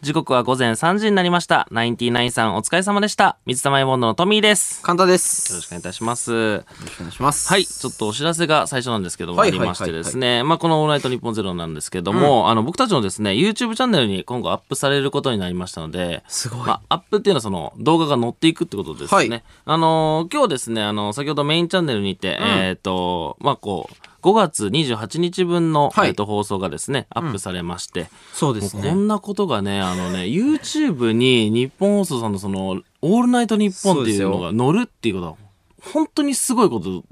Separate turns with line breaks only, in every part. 時刻は午前3時になりました。ナインティナインさんお疲れ様でした。水溜りボンドのトミーです。
簡単です。
よろしくお願いいたします。
よろしくお願いします。
はい、ちょっとお知らせが最初なんですけども、
は
あ
いは
り
いはいはい
ましてですね、まあこのオールナイトニッポンゼロなんですけども、あの僕たちのですね、YouTube チャンネルに今後アップされることになりましたので、
すごい
まあ、アップっていうのはその動画が載っていくってことですね。
はい
あのー今日ですね、あの、先ほどメインチャンネルにて、えっ、と、まあこう、5月28日分の、
はい
えーと放送がですね、アップされまして、
そうです
こ
ね。
んなことがね、あのね、YouTube に日本放送さんのその、オールナイトニッポンっていうのが乗るっていうことは、本当にすごいこと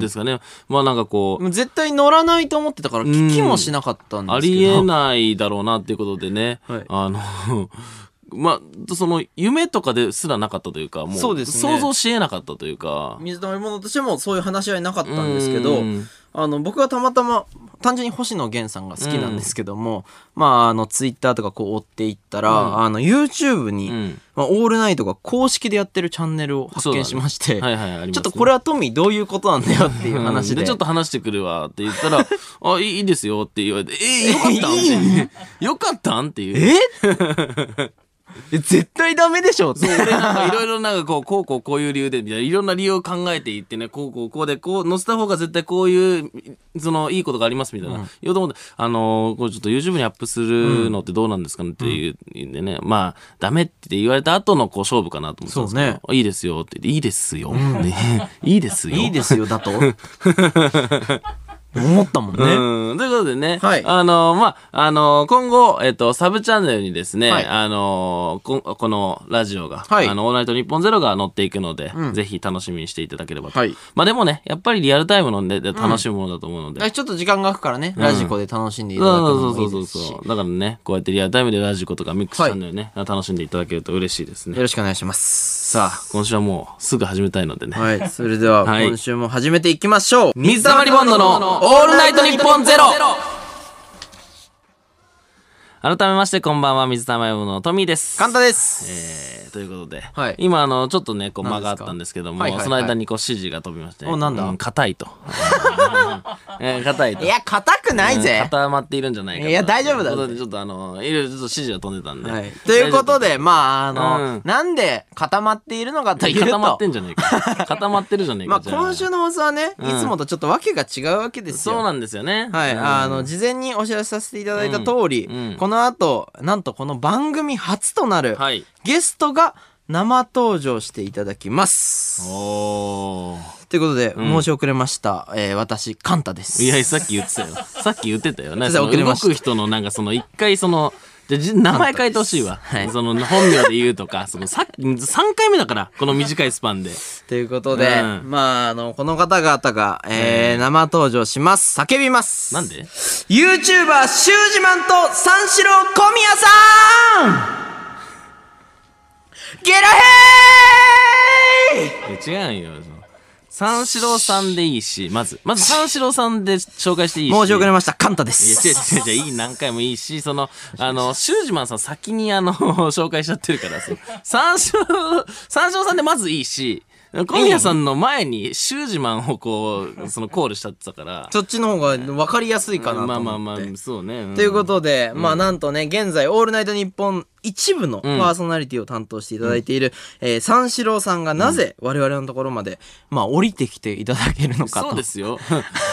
ですかね。まあなんかこう、
絶対乗らないと思ってたから聞きもしなかったんで
あ
すけど。
りえないだろうなっていうことでね、
はい
あの、 まあ、その、夢とかですらなかったというか、もう、
そうですね
想像しえなかったというか、
水溜りボンドとしてもそういう話し合いなかったんですけど
うん
あの僕はたまたま単純に星野源さんが好きなんですけども、まああのツイッターとかこう追っていったら、あの YouTube に、
うん
まあ、オールナイトが公式でやってるチャンネルを発見しまして、
はいはい、ありますね
ちょっとこれはトミーどういうことなんだよっていう話で,、
うんちょっと話してくるわって言った ら「あいいいいですよ」って言われて「えよかったん?」って よかったんっていう
ええ絶対ダメでしょって
俺なんかいろいろなんかこう、こうこうこういう理由で、みたいな、いろんな理由を考えていってね、こうこうこうで、こう、載せた方が絶対こういう、その、いいことがありますみたいな。言おうと思って、あのーこれちょっと YouTube にアップするのってどうなんですかねっていう、んでね、まあ、ダメって言われた後のこう勝負かなと思ってたんですけど
そうね
あいいですよって言っていいですよ。ねいいですよ。
いいですよ だと思ったもんね、
うん。ということでね、
はい
あのまあ、あの今後、えっと、サブチャンネルにですね、
はい
あのこ、このラジオが、
はい
あの、オールナイトニッポンゼロが載っていくので、ぜひ楽しみにしていただければと。
はい
まあ、でもね、やっぱりリアルタイムのでで楽しむものだと思うので。
だからちょっと時間が空くからね、ラジコで楽しんでいただく
そ
の
う
も
そ
いうい
そう
です
そ
し、
う
よ
そう。だからね、こうやってリアルタイムでラジコとかミックスチャンネルね、楽しんでいただけると嬉しいですね。
ろしくお願いします
さあ、今週はもうすぐ始めたいのでね。
はいそれでは
はい
今週も始めていきましょう、
水溜りボンドのオールナイトニッポンゼロ改めまして、こんばんは、水溜りボンドのトミーです。
簡単です
えーということで、
はい
今あのちょっとねこう間
何です
が
か
あったんですけども、
はいはいはい
その間にこう指示が飛びまして、
おなんだ
う硬 いとえー硬いと
いや硬くないぜ、
うん固まっているんじゃないかと
いや大丈夫だ
ということでちょっとあのいろいろちょっと指示が飛んでたんで、
はい、ということで、まあ、あの、
うん
なんで固まっているのかというと、
固まってんじゃない か固まってるじゃないか
まあ、
じゃ
今週の放送はね、
ん
いつもとちょっと訳が違うわけですよ。
そうなんですよね
はい、
うん
あの事前にお知らせさせていただいた通り、
うんうん
この後なんとこの番組初となる
はい
ゲストが生登場していただきます。
おー
ということで、
ん
申し遅れました、えー、私カンタです。
いやさっき言ってたよ さっき言ってたよね
ち
そ
ょっと
の
遅れ
動
ました
く人のなんかその一回そのじゃじ名前変えてほしいわ、その本名で言うとかそのさ3回目だからこの短いスパンで
ということで、
うん
まああのこの方々が、えー生登場します叫びます。
なんで
YouTuber シュージマンと三四郎小宮さんゲラヘー
いや違うよその三四郎さんでいいしまずまず三四郎さんで紹介していいし
申し遅れ
い
ましたカンタで
や
す
違う違う違ういい何回もいいしそのあのシュージマンさん先にあの 紹介しちゃってるからその三四郎三四郎さんでまずいいし小宮さんの前にシュージマンをこうそのコールしちゃってたから
そっちの方が分かりやすいかなと思って。
まあまあまあそうね、うん
ということで、まあなんとね、現在、オールナイトニッポン一部のパーソナリティを担当していただいている、えー三四郎さんがなぜ我々のところまで、まあ降りてきていただけるのか
そう
と
で。すよ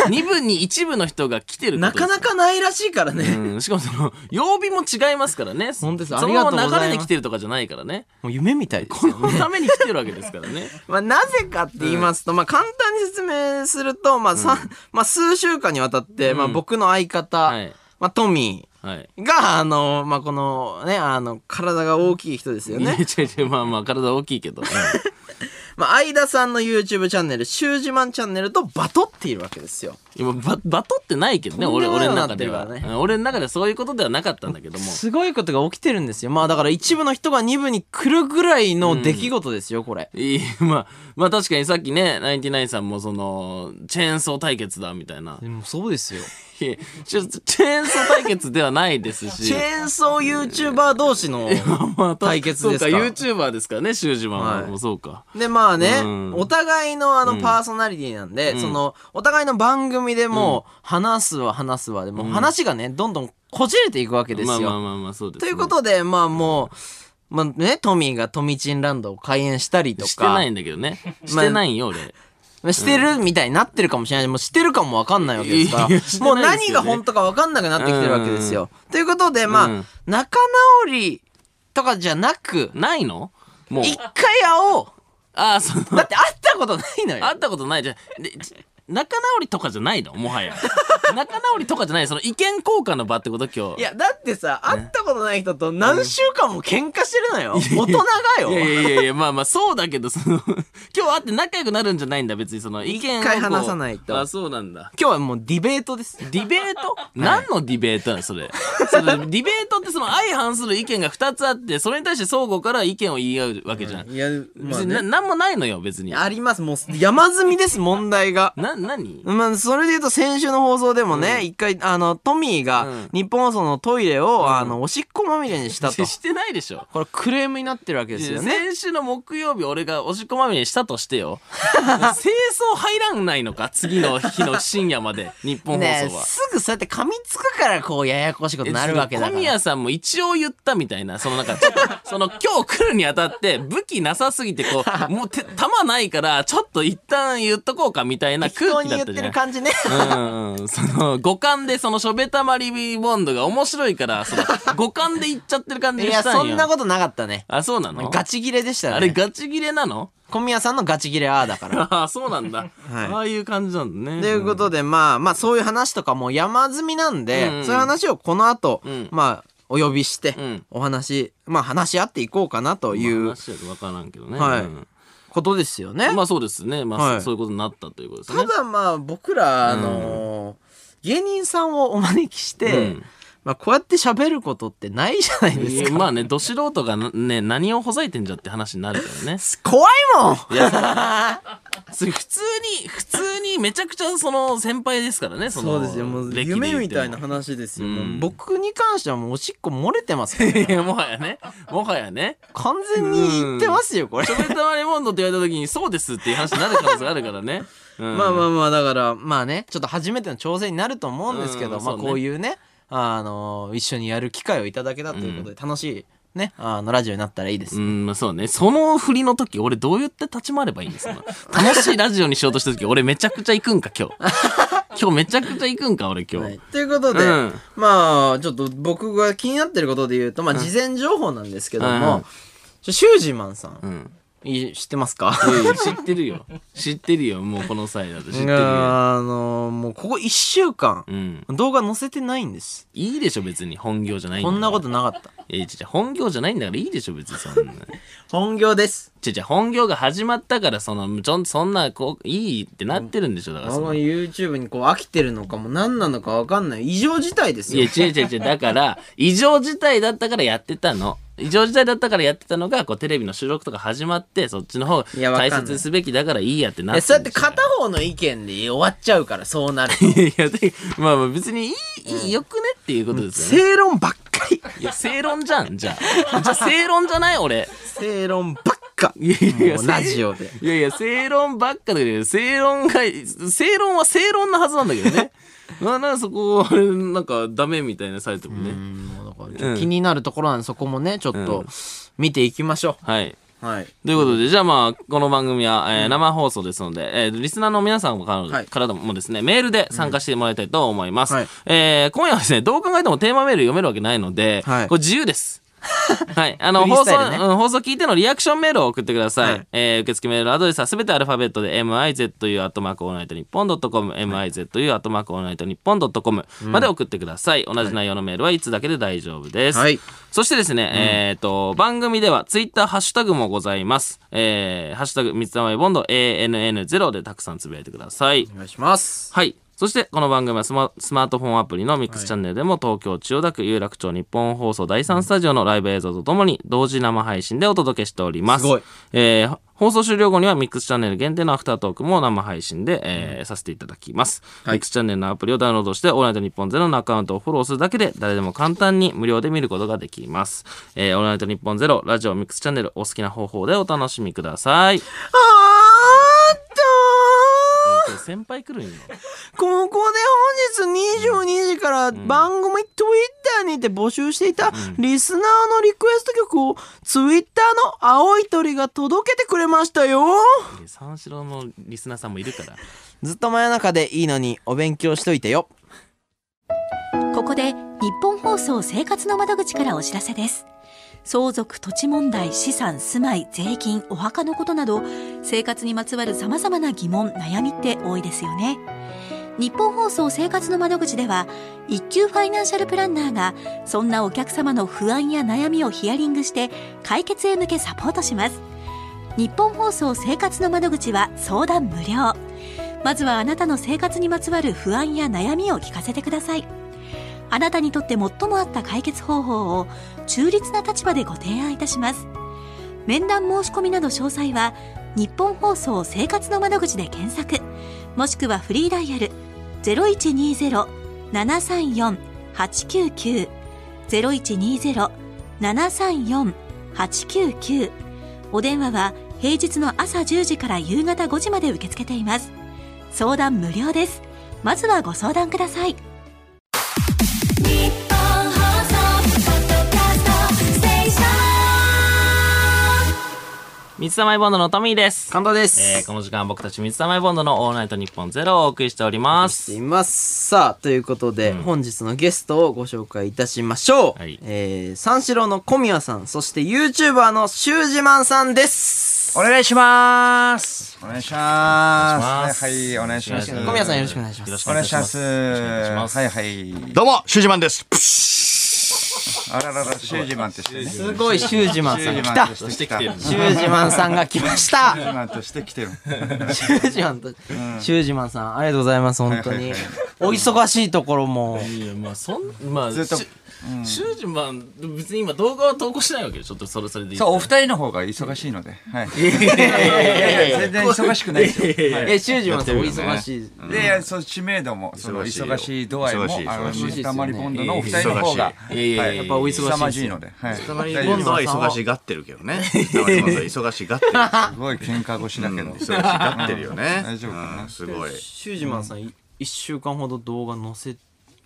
二部に一部の人が来てる
なかな
か、
かないらしいからね。
うん、しかもその曜日も違いますからね
本当です
そ
ありがと
の
うございます
流れで来てるとかじゃないから ね
もう夢みたいです
こ
よ
のために来てるわけですからね
まあ、なぜかって言いますと、まあ、簡単に説明すると、まあ、さ、まあ、数週間にわたって、まあ、僕の相方、
はい
まあ、トミ
はい
ーが、あの、まあ、この、ね、あの、体が大きい人ですよ
いや
ね。
違う違うまあまあ体大きいけ ど、うん
まあ、相田さんの YouTube チャンネル、シュージマンチャンネルとバトっているわけですよ。
今ババトってないけどね
とん
俺
でもな
俺
い
の
こ
中
とになって
で
るか
は、
らね
うん俺の中ではそういうことではなかったんだけども
すごいことが起きてるんですよ。まあ、だから一部の人が二部に来るぐらいの出来事ですよ、これ。
いい まあまあ確かにさっきねナインティナインさんもそのチェーンソー対決だみたいな
でもそうですよ。
いやちょチェーンソー対決ではないですし
チェーンソー YouTuber 同士の
まあ
対決です
そ
か
うか YouTuber ですからねシュージマンも、
はい
そうか
でまあね、
うん
お互いのあのパーソナリティなんで、
うん
そのお互いの番組でもう話すは話すはでもう話がねどんどんこじれていくわけです
ま
よ。
あまあまあまあそうです
と
ね、
いうことでまあもう、まあね、トミーがトミチンランドを開園したりとか
してないんだけどねしてないんよ俺
まあしてるみたいになってるかもしれないもうしてるかもわかんないわけですから
いやしてない
もう
です
何
けどね
が本当かわかんなくなってきてるわけですよ。ということでまあ、
うん
仲直りとかじゃなく
ないのもう
一回会おう
ああその
だって会ったことないのよ。
会ったことないじゃんでち仲直りとかじゃないのもは や仲直りとかじゃないその意見交換の場ってこと今日
いや、だってさ、会ったことない人と何週間も喧嘩してるのよ。大人がよ。
いやいやいやいやまあまあそうだけどその 今日会って仲良くなるんじゃないんだ別にその意見をこう
一回話さないと
あそうなんだ
今日はもうディベートです。
ディベート、何のディベートなのそれ。それディベートってその相反する意見が2つあって、それに対して相互から意見を言い合うわけじゃん。
いや、
別にな何もないのよ、別に。
あります。もう山積みです、問題が。
な、何
まあ、それで言うと先週の放送でもね、一回、あの、トミー
う
が
ん
日本放送のトイレを、あの、おしっこまみれにしたと
し。してないでしょ。
これクレームになってるわけですよね。
先週の木曜日俺がおしっこまみれにしたとしてよ 清掃入らんないのか次の日の深夜ま で日本放送
ねえ
は、
すぐそうやって噛みつくから、こう、ややこしいことになるわけだか
小
ら。
宮さんも一応言ったみたいなそのなんかち ょっとその今日来るにあたって武器なさすぎてこ うもうて弾ないからちょっと一旦言っとこうかみたいな
適当
空気
に
だっ
言ったて
じゃない
る感 じね。
うんうんその五感でそのしょべたまりボンドが面白いからその五感で言っちゃってる感
い
じが
や、
した
そ
んよ
んなことなかったね。
あそうなの
ガチ切れでしたね。
あれガチ切れなの
小宮さんのガチギレああだから。
ああそうなんだ、ああ いう感じなんだね
ということで、まあまあそういう話とかも山積みなんで、
うんうん
そういう話をこの後、
うん
まあお呼びして、
うん
お話、まあ話し合っていこうかなと
い
いうう
話だと分からんけどね、
はい
うん
ことですよね。
まあそうですねまあ、
はい
そういうことになったということですね
ただまあ僕ら、あのー芸人さんをお招きして、
うん
まあこうやって喋ることってないじゃないですか。
まあね、ど素人がなね、何をほざいてんじゃって話になる からね。
怖いもん
い や、それ普通に、普通にめちゃくちゃその先輩ですからね、その。
そうですよ。もう
歴で言って
夢
も
みたいな。話ですよ。
うん
もう僕に関してはもうおしっこ漏れてますからね、
いや、 もはやね、もはやね。
完全に言ってますよ、これ
ちょ。べたまレモンドって言われた時に、そうですっていう話になる可能性あるからね。うん
まあまあまあだからまあねちょっと初めての挑戦になると思うんですけど、
うん
ま
そ
あ
うね
こういうねあの一緒にやる機会をいただけたということで楽しいね、あのラジオになったらいいです、
うん、まあそうね。その振りの時、俺どう言って立ち回ればいいんですか 楽しいラジオにしようとした時、俺めちゃくちゃ行くんか、今 日。今日めちゃくちゃ行くんか、俺今日。
はいということで、
うん
まあちょっと僕が気になってることで言うとまあ事前情報なんですけど
うん
も、
うん
ちょシュージーマンさん、
うん。
い知ってますか
いやいや 知ってるよ。知ってるよ。もうこの際だと知ってるよ。
あのもうここ1週間
う、ん。
動画載せてないんです
いいでしょ、別に。本業じゃない。
こんなこととなかった
いや、違う、本業じゃないんだからいいでしょ、別にそんな。
本業です
違う違う、本業が始まったから、その、ちょん、そんな、こう、いいってなってるんでしょ、だから
あ
そ
の
の。
YouTube にこう飽きてるのかも何なのか分かんない異常事態です
いや、
よ
違う違う違う。だから、異常事態だったからやってたの。異常事態だったからやってたのが、こう、テレビの収録とか始まって、そっちの方、
いやわかん
大
ない
切にすべきだからいいやってなっ
え
て
そう
る
や
ん
っ
で
て
しょ。
片方の意見で終わっちゃうからそうなる
いや、でまあまあ、別にいい、いい、よくねっていうことですよね。
正論ばっかり
いや、正論じゃん、じゃあ。じゃあ、正論じゃない、俺。
正論ばっか
いやいや
もうラジオで
いやいや、正論ばっかだけど、正論が、正論は正論なはずなんだけどね。な、な、そこ、あれ、なんか、ダメみたいなされても
う
ね。
んもうだからちょっと気になるところなんでそこもねちょっ
う
と
ん
見ていきましょ
はい。
うはい
ということで、じゃあまあ、この番組は、えー生放送ですので、えーリスナーの皆さんから,、
はい
からもですね、メールで参加してもらいたいと思います。
はい
えー今夜はですね、どう考えてもテーマメール読めるわけないので、
はい
これ自由 です。はい。あの、
フリー
放
ス
送、
タイルね
うん放送聞いてのリアクションメールを送ってください。
はい
えー受付メールアドレスはすべてアルファベットで、mizu アットマークオールナイトニッポンドットコム、mizu アットマークオールナイトニッポンドットコムまで送ってください。同じ内容のメールはいつだけで大丈夫です。
はい
そしてですね、えっ、と、番組ではツイッターハッシュタグもございます。えー、ハッシュタグ、三つ名前ボンド ANN0 でたくさんつぶやいてください
お。願いします
はい。そしてこの番組はスマスマートフォンアプリのミックスチャンネルでも東京千代田区有楽町日本放送第3スタジオのライブ映像とともに同時生配信でお届けしております。
すごい
えー放送終了後にはミックスチャンネル限定のアフタートークも生配信で、えーさせていただきます、
はい
ミックスチャンネルのアプリをダウンロードして、オールナイトニッポンゼロのアカウントをフォローするだけで、誰でも簡単に無料で見ることができます。えーオールナイトニッポンゼロ、ラジオミックスチャンネル、お好きな方法でお楽しみください。
あーっと
これ先輩来るんよ。
ここで本日22時から番組 Twitter にて募集していたリスナーのリクエスト曲を Twitter の青い鳥が届けてくれましたよ
えー三四郎のリスナーさんもいるから。
ずっと真夜中でいいのにお勉強しといてよ
ここで日本放送生活の窓口からお知らせです。相続、土地問題、資産、住まい、税金、お墓のことなど、生活にまつわる様々な疑問、悩みって多いですよね。日本放送生活の窓口では、一級ファイナンシャルプランナーが、そんなお客様の不安や悩みをヒアリングして、解決へ向けサポートします。日本放送生活の窓口は相談無料。まずはあなたの生活にまつわる不安や悩みを聞かせてください。あなたにとって最も合った解決方法を中立な立場でご提案いたします。面談申し込みなど詳細は、日本放送生活の窓口で検索、もしくはフリーダイヤル0120-734-899、0120-734-899、お電話は平日の朝10時から夕方5時まで受け付けています。相談無料です。まずはご相談ください。
日本放送ポッドキャストステーション
水溜りボンドのトミーです。
簡単です、
えーこの時間は僕たち水溜りボンドのオールナイトニッポンゼロをお送りしておりま
してい
す。
ますさあということで、本日のゲストをご紹介いたしましょう、
はい
えー三四郎の小宮さんそして YouTuber のシュージマンさんです
お願いします。お願いします。はいはい、お願いします。
小
宮さんよろしくお願いします
お願いします。
ます
はいはい。
どうも、シュージマンです。プシ
あららら、シュージマンとしてね。シュ
すごいシュージマンさん
ー
が
ジ
来
マ
た
ンと
シ
して来た。シュ
ュージマンさんが来ました
ージマンとして来てる。
シュージマンと、シュージマンさん、ありがとうございます、本当
はい
に
はいはい。
お忙しいところも。
いやまあそんまあ
ずっと
しシュージマン別に今動画は投稿しないわけよちょっとそれそれでいい
そう、お二人の方が忙しいので。はい。いやいや全然忙しくないですよ。はい
え、シュージマンさん、お忙しい。
で、いやそう知名度も、その
忙しいよ
忙しい度合いも
忙し、い
あの、
忙しい
水溜りボンドのお二人の方が、
いやいやいや
や
っ
っ
ぱ
ぱ
お
お
忙しい
忙しいので、はい。
溜りボ
大
ン
丈夫
今
で
度は忙しがってるけどね。今度は忙しがってる。
すすごい喧嘩腰だけど。
忙しがってるよね。
大丈夫かな
うんすごい。
シュージマンさん、い一週間ほど動画載せ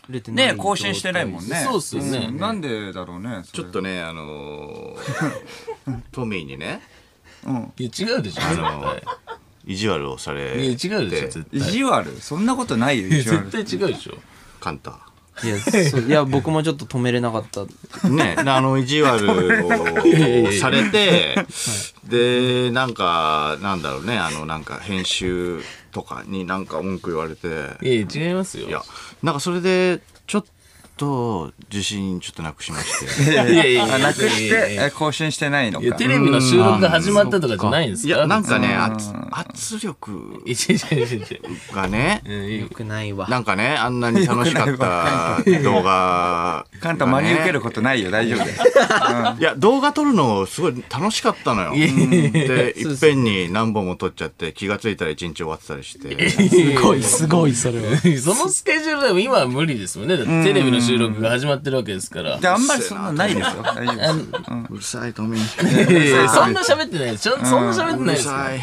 れてない。
ね更新してないもんね。
そうっすよね
んなんでだろうね。
ち
ち
ょっとね、あの ー、トミーにね、
いや違うでしょ
あ
絶
のー、意地悪をさ
対い
れて、
や違うでしょ絶
意地悪そんなことないよ
対
意地悪
絶対違うでしょ
カンタ。
いや、そういや、僕もちょっと止めれなかった。
ね、 あの、意地悪をされ て、で、なんか、なんだろうね、あの、なんか編集とかになんか文句言われて、
いや違いますよ
いや、なんかそれで、ちょっと、自信ちょっとなくしまして。
いやいやいやいや
あなくし
いやい
て
や
え更新してないの
いや
か
テレビの収録が始まったとかじゃないんですか
いや、なん
か
かね、圧圧力
いやいやいやいや
がね、
よくないわ。
なんかね、あんなに楽しかった動画、
カンタ真に受ける
と。
ことないよ大丈夫だよ
いや、動画撮るのすごい楽しかったのよ。で、いっぺんに何本も撮っちゃって、気がついたら一日終わってたりして。
すごい、すごい、それは。そのスケジュールでも今は無理ですもんね。だってテレビの収録が始まってるわけですから。
であんまりそんなないですよ大丈夫です
うるさい、トミ
いや
ー。
いやそんな喋ってないです。そんそんな喋って
う
ない
る
ですよ。
さ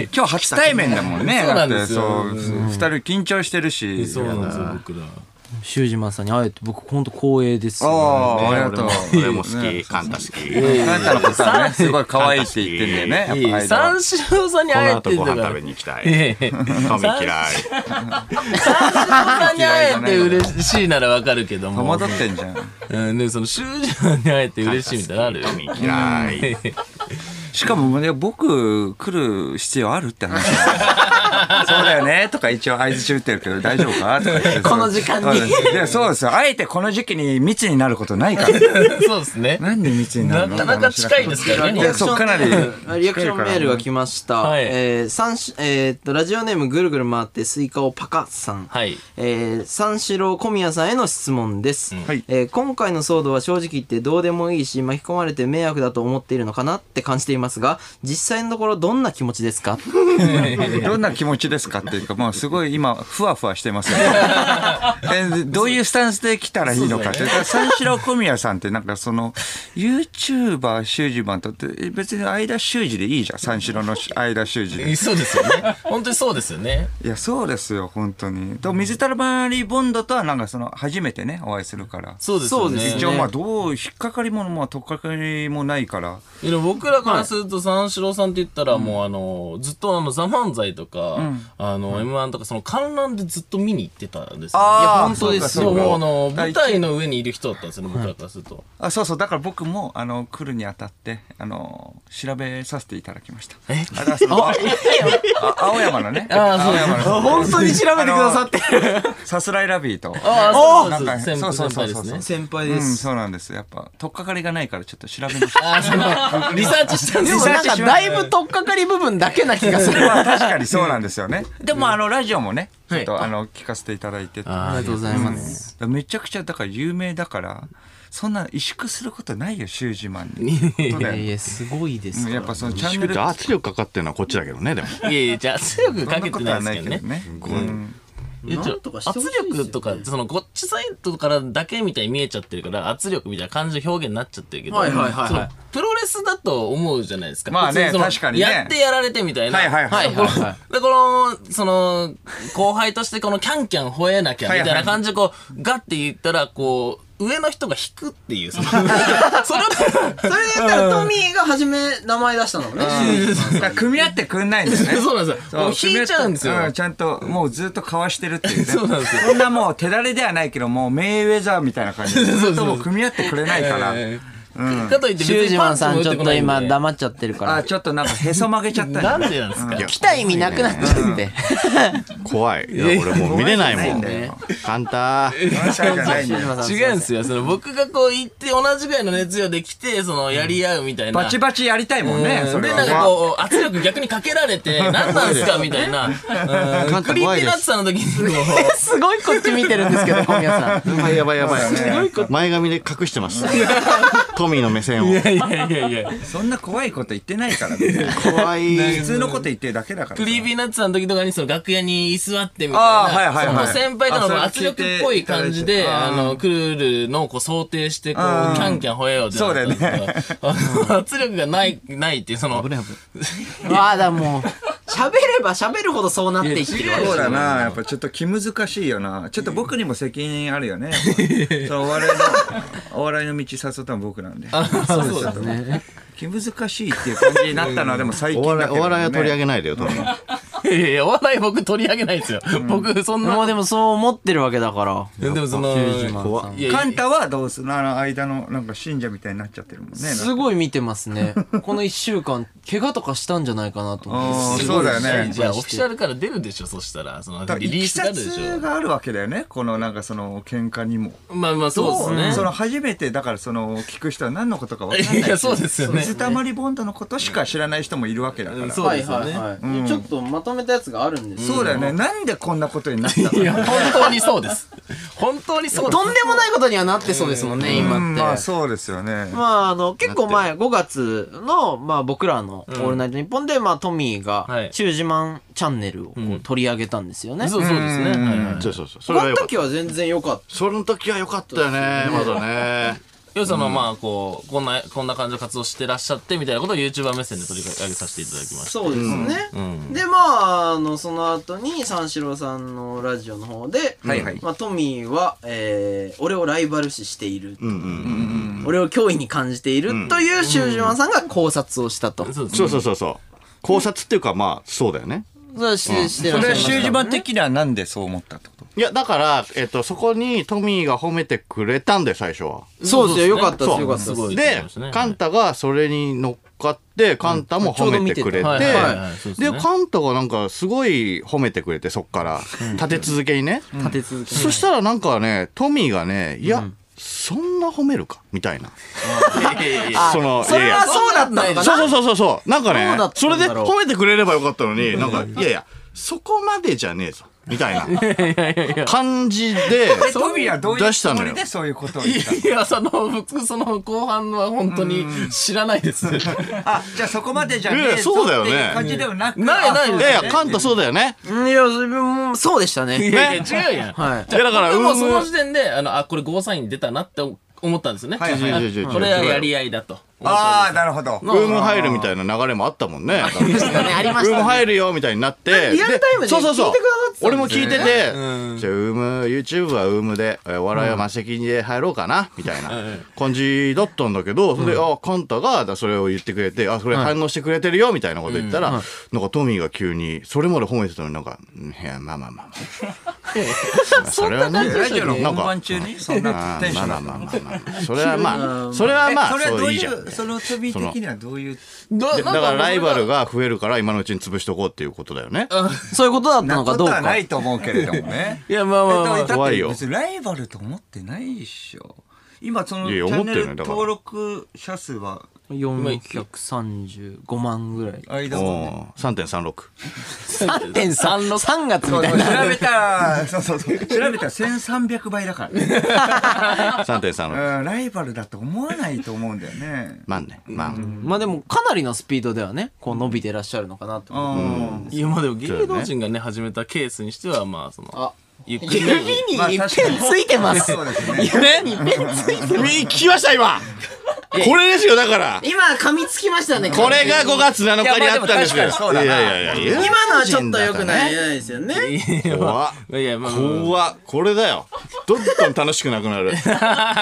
い。
今日初対面だもんね
そうな
だっ
んで
て
すよ
そう二人緊張してるし
そうなんですよ、僕ら。
シュージマンさんに会えて、僕、本当光栄です。
ああありがとう
俺も好
ね
き、カンタ好き。
カンタのことはねすごい可愛いって言ってんだよねやっぱ
いやいや
間は
三四郎さんに
こ
会
の
えて
後
ん
ご
だか
飯食
ら
べ。に行きた
い
い。
やいや
トミー嫌い。
さんに会えて嬉しいならわかるけど
戸
も。
惑ってんじゃん
うん、でもその、修士さんに会えて嬉しいみたいなのある
トミー嫌い。
しかもね、僕、来る必要あるって話。 そうだよねとか一応合図中打ってるけど大丈夫かとか言って。
この時間に
そうですいやそうですよ。あえてこの時期に密になることないから。
そうですね。
なんで密になるの
なかなか近いですからね
いやそう、かなり。
リアクションメールが来ました。
はい
えー、三し、えーっと、ラジオネームぐるぐる回ってスイカをパカさん。
はい
えー三四郎小宮さんへの質問です。
はい
えー今回の騒動は正直言ってどうでもいいし、巻き込まれて迷惑だと思っているのかなって感じていますが、実際のところどんな気持ちですか
どんな気持ちですかっていうか、もうすごい今、ふわふわして ますよ、えどういうスタンスで来たらいいのかっていうか、三四郎小宮さんってなんかその、YouTuber、修二マンとって、別に間修二でいいじゃん。三四郎の間修二で。
そうですよね。本当にそうですよね。
いや、そうですよ、本当に。と、水たまりボンドとはなんかその、初めてね、お会いするから。
そうですよ
そうです
ね。
一応まあ、どう、引っかかりも、まあ、とっかかりもないから。
でも僕らからすると三四郎さんって言ったらもうあの、ずっとあの、ザ・漫才とか、あの、M1 とかその観覧でずっと見に行ってたんですよ。
あー
いや、本当ですよ。
そうかそうか
もうあの、舞台の上にいる人だったんですよね、僕らからすると。
あそうそうだから僕もあの来るにあたってあの調べさせていただきました
え
あだからそのああ青山のね
あそうです
青山の
当に調べてくださって
さすらいラビーと
ああ、そう
なん
です
か
先
そうそう
先輩で
そうそう
すね。
先輩
う
で
ん
す。
そうなんですやっぱ取っかかりがないからちょっと調べました
あそのリサーチしたんで
ですも
よ。
なんかだいぶ取っかかり部分だけな気がする。
まあ確かにそうなんですよねでもあのラジオもねちょっとあの聞かせていただいて
あーありがとうござい
ます。
めちゃくちゃだから有名だからそんな萎縮することないよ習字マンに
いやいや、すごいです
うんやっぱそのチャンネル
圧力かかってるのはこっちだけどねでも
いやいや、じゃあ圧力かけてないですけどね。
うん
いやちょ
なんとかしてほしい
圧
ですよね
力とか、その、こっちサイトからだけみたいに見えちゃってるから、圧力みたいな感じの表現になっちゃってるけど、
はいはいはいはい
そのプロレスだと思うじゃないですか。
まあね
別その
確かにね
やってやられてみたいな。
はいはいはい
こので、この、その、後輩としてこのキャンキャン吠えなきゃみたいな感じでこう、ガッて言ったら、こう、上の人が引くって いう、その、それ
それで言ったらトミーが初め名前出したのね。
だから 組み合ってくんないんですね。
そうなんですよ。もう引いちゃうんですよ。
ちゃんと、もうずっとかわしてるっていうね。
そうなんですよ
こんなもう手だれではないけど、もうメイウェザーみたいな感じで、
そうそう
ず
そう
っともう組み合ってくれないから。
えーかといって別
シュージ
に
マ
パン
ン
チも
さん
打
ちょ
て
っ
こな
と
いんで
今黙っちゃってるか
あ、
ら。
ちょっとなんかへそ曲げちゃったり
なんでなんですか、
いや
来た意味なくなっちゃって。
怖いいや俺もう見れないもん
怖いじゃないんだよ
簡単
話がないんだ
シュージマ
よ
ンさん
違うんですよ。その僕がこう行って同じぐらいの熱量で来て、そのやり合うみたいな。
バチバチやりたいもんね、
うん
それ
で、
は
なん
ね
かこう、圧力逆にかけられ て、何なんすかみたいな。うんクリーピーナッツさんの時 にも、
すごいこっち見てるんですけど、小宮さん。
やばいやばいやばい前髪で隠してますトミーの目線を
いやいやいや
そんな怖いこと言ってないからね。
怖い
普通のこと言ってるだけだからさ。
クリーピーナッツさんの時とかにその楽屋に居座ってみたいな。
あーはいはいは
その
い
先輩との
あ
圧
それ聞い
力ってぽい感じ
い
で、
ただ
あ
いて
の、クールのこう想定して、こう、キ
うん
ャンキャン吠えようってなったんですけどあの 圧力がない、ないっていう、その、
わあだもう。喋れば喋るほどそうなっていってるわけ
そうだな、やっぱちょっと気難しいよな。ちょっと僕にも責任あるよ ね。やっぱそのお笑いの、お笑いの道誘ったの僕なんで。そうですね。気難しいっていう感じになったのはでも最
お
近だけど、
笑いお
ね。
笑いは取り上
げ
げないでよトミー
いやいや、お笑い僕取り上げないですよ。僕、そんな
もうでもそう思ってるわけだから。
でもその、
怖っ
いやいや
カンタはどうするのあの間のなんか信者みたいになっちゃってるもんね。
すごい見てますね。この一週間、怪我とかしたんじゃないかなと思
あ
っ
ー
て。
そうだよね
じゃあ、オフィシャルから出るでしょ、そしたら。その、
だから
リ
い
リー
き
スがあ
さ
るでし
つ
ょ。
があるわけだよね。このなんかその喧嘩にも。
まあまあ、そうです
そ
ね。
の初めてだからその聞く人は何のことかわかんない
い
し。
や、そうですよね。
水溜りボンドのことしか知らない人もいるわけだから。
うんそうですよね。
うん
ちょっとまとめたやつがあるんです
そうだよね。なんでこんなことになったの
いや、本当にそうです。本当にそうです。
とんでもないことにはなってそうですもんね、今
うんまあ
って。
そうですよね。
まあ、あの、結構前、5月の、まあ、僕らの、オールナイトニッポンで、まあ、トミー
は
が
い、
中自慢チャンネルをこう取り上げたんですよね。
そうそうですね。はいはい
そうそうそうそ
こ
れはよ
の
かった
時は全然良かっ
その時は良かったよねまだね
要はその、まあ、こう、こんな、こんな感じの活動してらっしゃってみたいなことを YouTuber 目線で取り上げさせていただきま
た。
し
そうですね。で、まあ、あの、その後に、三四郎さんのラジオの方で、
はいはい
まあ、トミーは、えー、俺をライバル視している。
うんうん
俺を脅威に感じているというシュージマンさんが考察をしたと。
た。そうです
そうそうそうそう考察っていうかまあそうだよね
それはししてら
そ
っし
れ
ゃい
は
ましたもんね
習字版的にはなんでそう思ったってこと
いやだからえっとそこにトミーが褒めてくれたんで最初は
そうですよ、良かったです、
そう
良かったです
ごい
で、カンタがそれに乗っかって、カンタも褒めてくれ
うんちょうど見てたはいはいはいそうで、
て
す
で、
ね
カンタがなんかすごい褒めてくれて、そっから、立て続けにね。
立て続けに
そしたらなんかね、トミーがね、いや、そんな褒めるかみたいな。その、
そ
いやい
れ
や
はそうだったのかな
そうそうそうそうそう。なんか
そうだ
ね
っ、た
そ
んだろ
れ
う
で褒めてくれればよかったのに、なんか、いやいや、そこまでじゃねえぞ。みたいな感じで、
トミーはどういう
出し
つ
た
も
の
り
よ
で。そういうことを言ったの
いや、その、僕、その後半は本当に知ら ないです。
あ、じゃあそこまでじゃね
い
え
や
ぞ
そうだよ
っ
ね
ていう感じではなく。
ないない
あ そう
い
だ
や
よ
い
ね
や、カンタそうだよね。
うんいや自分もそうでしたね
いやいや、違うやん。
はい
じゃあ
いやだから
僕も
うん
その時点で、あの、あ、これゴーサイン出たなって思ったんですよね。
はいはい
はい
あこれはやり合いだと。
ああ、なるほど。
ブーム入るみたいな流れもあったもんね。ありました ね、ありました、ブーム入るよみたいになって。
リアルタイムで
そうそうそう
聞いてくださってた
俺
ん
も
ですね
聞いてて、じゃあ、ウーム、YouTube はウームで、えお笑いはマセキで入ろうかな、みたいな感じだったんだけど、それで、あ、カンタがだそれを言ってくれて、あ、それ反応してくれてるよ、みたいなこと言ったら、なんかトミーが急に、それまで褒めてたのになんか、うんいや、まあまあまあまあ。まあそれはね、
ラジオの
なん
本
か
番、中にそんな
あ
テン
ー
シ
ま
ョ
あ
ン
ま
だっ
あま
た
あ
の
まあまあ。それはまあ、それは
え
まあ、
それは
そ
ど
う
う
いい
い
じゃん。
う、そのトミー的にはどういう、
ど
でだからライバルが増えるから今のうちに潰しとこうっていうことだよね。
そういうことだったのか
こ
ど
と
う
はな
か
いと思うけれどもね。
いや、まあまあま
だ
あ
っ。て
怖いよ
別にライバルと思ってないでしょ。今そのチ
いや
ャ
思
ン
っ
ネ
てるね
ル登録者数は
435万ぐらい
間もね。
もう3.36。
3.36 3月みたいな
調べた ら、そうそうそう。調べたら1300倍だからね。う
3.36。
んライバルだと思わないと思うんだよね。
まあね。まあ。
まあでもかなりのスピードではねこう伸びてらっしゃるのかなと思う
うん。
いや、まあでも芸能人がね、始めたケースにしては、まあ、その、ゆっくり
指。に
まあ
一
確か
遍
に
ついてます
そうですね。
指に一遍ついてます
聞きました今これですよだから
今噛みつきましたね
これが5月7日にあったんです
いやまあでも確
よ。
かにそうだない
やいやいや。
今のはちょっと良くない
い
ないですよね
や。怖っ。
いや、まあまあまあ
怖っ。これだよ。どんどん楽しくな くなる。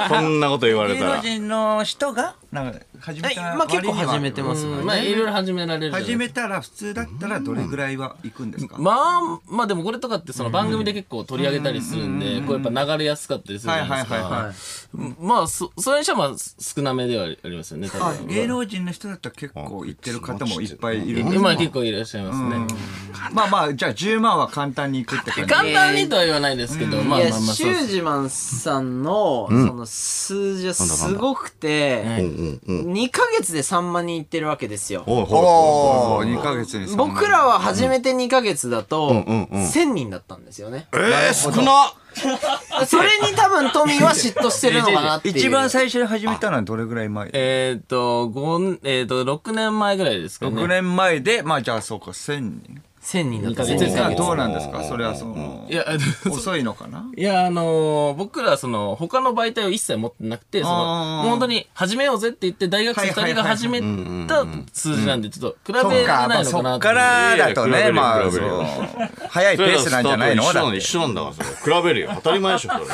こんなこと言われ
芸
た
能
ら。
人の人がなんか始めた
はいまあ結構始めてますもんね
まあ、いろいろ始められるじゃないです
始
か。
めたら普通だったらどれぐらいは行くんですか、
まあ、まあでもこれとかってその番組で結構取り上げたりするんで、これやっぱ流れやすかったりするじゃないです
はいはいはい
か。まあ、そ、それにしてはまあ少なめではありますよね、多
あ
分。
芸能人の人だったら結構行ってる方もいっぱいいるんです
今結構いらっしゃいますね。
まあまあじゃあ10万は簡単に行くって感じ
簡単にとは言わないですけど、まあ
い
まあ
や
まあ
シ
そう
ュージマンさんのその数字はすごく
う
て
んうんうん。
2ヶ月で3万人いってるわけですよ
おい
お
ほ
お
い
2ヶ月に3万
僕らは初めて2ヶ月だと
うんうんうん
1000人だったんですよね
えー、少な
それに多分トミーは嫉妬してるのかなっていう
一番最初に始めたのはどれぐらい前
えーっと、5、えーっと、6年前ぐらいですかね。
6年前でまあじゃあそうか1000人
1000人だった
二ヶ
じ
月
ゃあ
おー
どうなんですかそれはその
いや、えっと
遅いのかない
や、あのー僕らはその、他の媒体を一切持ってなくて、その、
あー
もう本当に始めようぜって言って、大学生二
はい
人
は
が
いはい
始めた数字なんで、ちょっと比べら
そ
れ
っか、ま
な
あ、
いのか
そ
な
っ
ってい
か
う
らだと
いや
ね
いや
ま
比
あ
べ
そ
るよ
う早いペースなんじゃないの
一緒
だっ
なんだ
て
一緒なんだからそれ比べるよ当たり前でしょそれ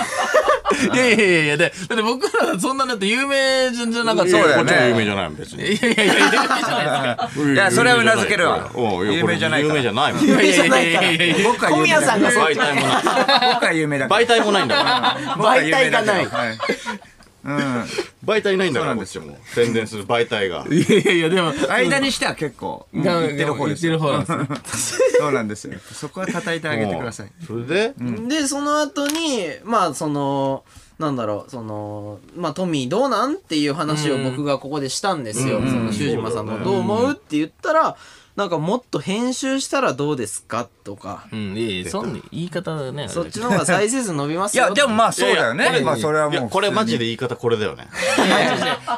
いやいやいやいや、だだって僕らはそんなだって有名じゃなかった
そうだ
こ
よ
っ
ね
ちも有名じゃないもん別に
いやいやいや、有名じゃない
いやそれは頷けるわ
うんやこれ
有名じゃないか
有
ら
名じゃないもん
で
媒
すか。いやいやいやいや いやいや
僕は有名だ
小宮さんがそう
体もない
僕は有名だから
媒体もないん だから
媒体がない
はいうん
媒体ないんだ
そう
か
な
ら
ん
こ
で
っ
す
ちも宣伝する媒体が
いやいやいや、でも、
間にしては結構うん
言
言ってる方です
言
よ
ってる方なんですね。
そうなんですよそこは叩いてあげてください
それで
でその後にまあそのなんだろうそのまあトミーどうなんっていう話を僕がここでしたんですよ、その修島さんもどう思うって言ったらなんかもっと編集したらどうですかとか、
うん、いやいや、そんな言い方だね。
そっちの方が再生数伸びます
い
よ
やでもまあそうだよ
いや
ね
いや
まあそれはいも
や
う
これマジで言い方これだよね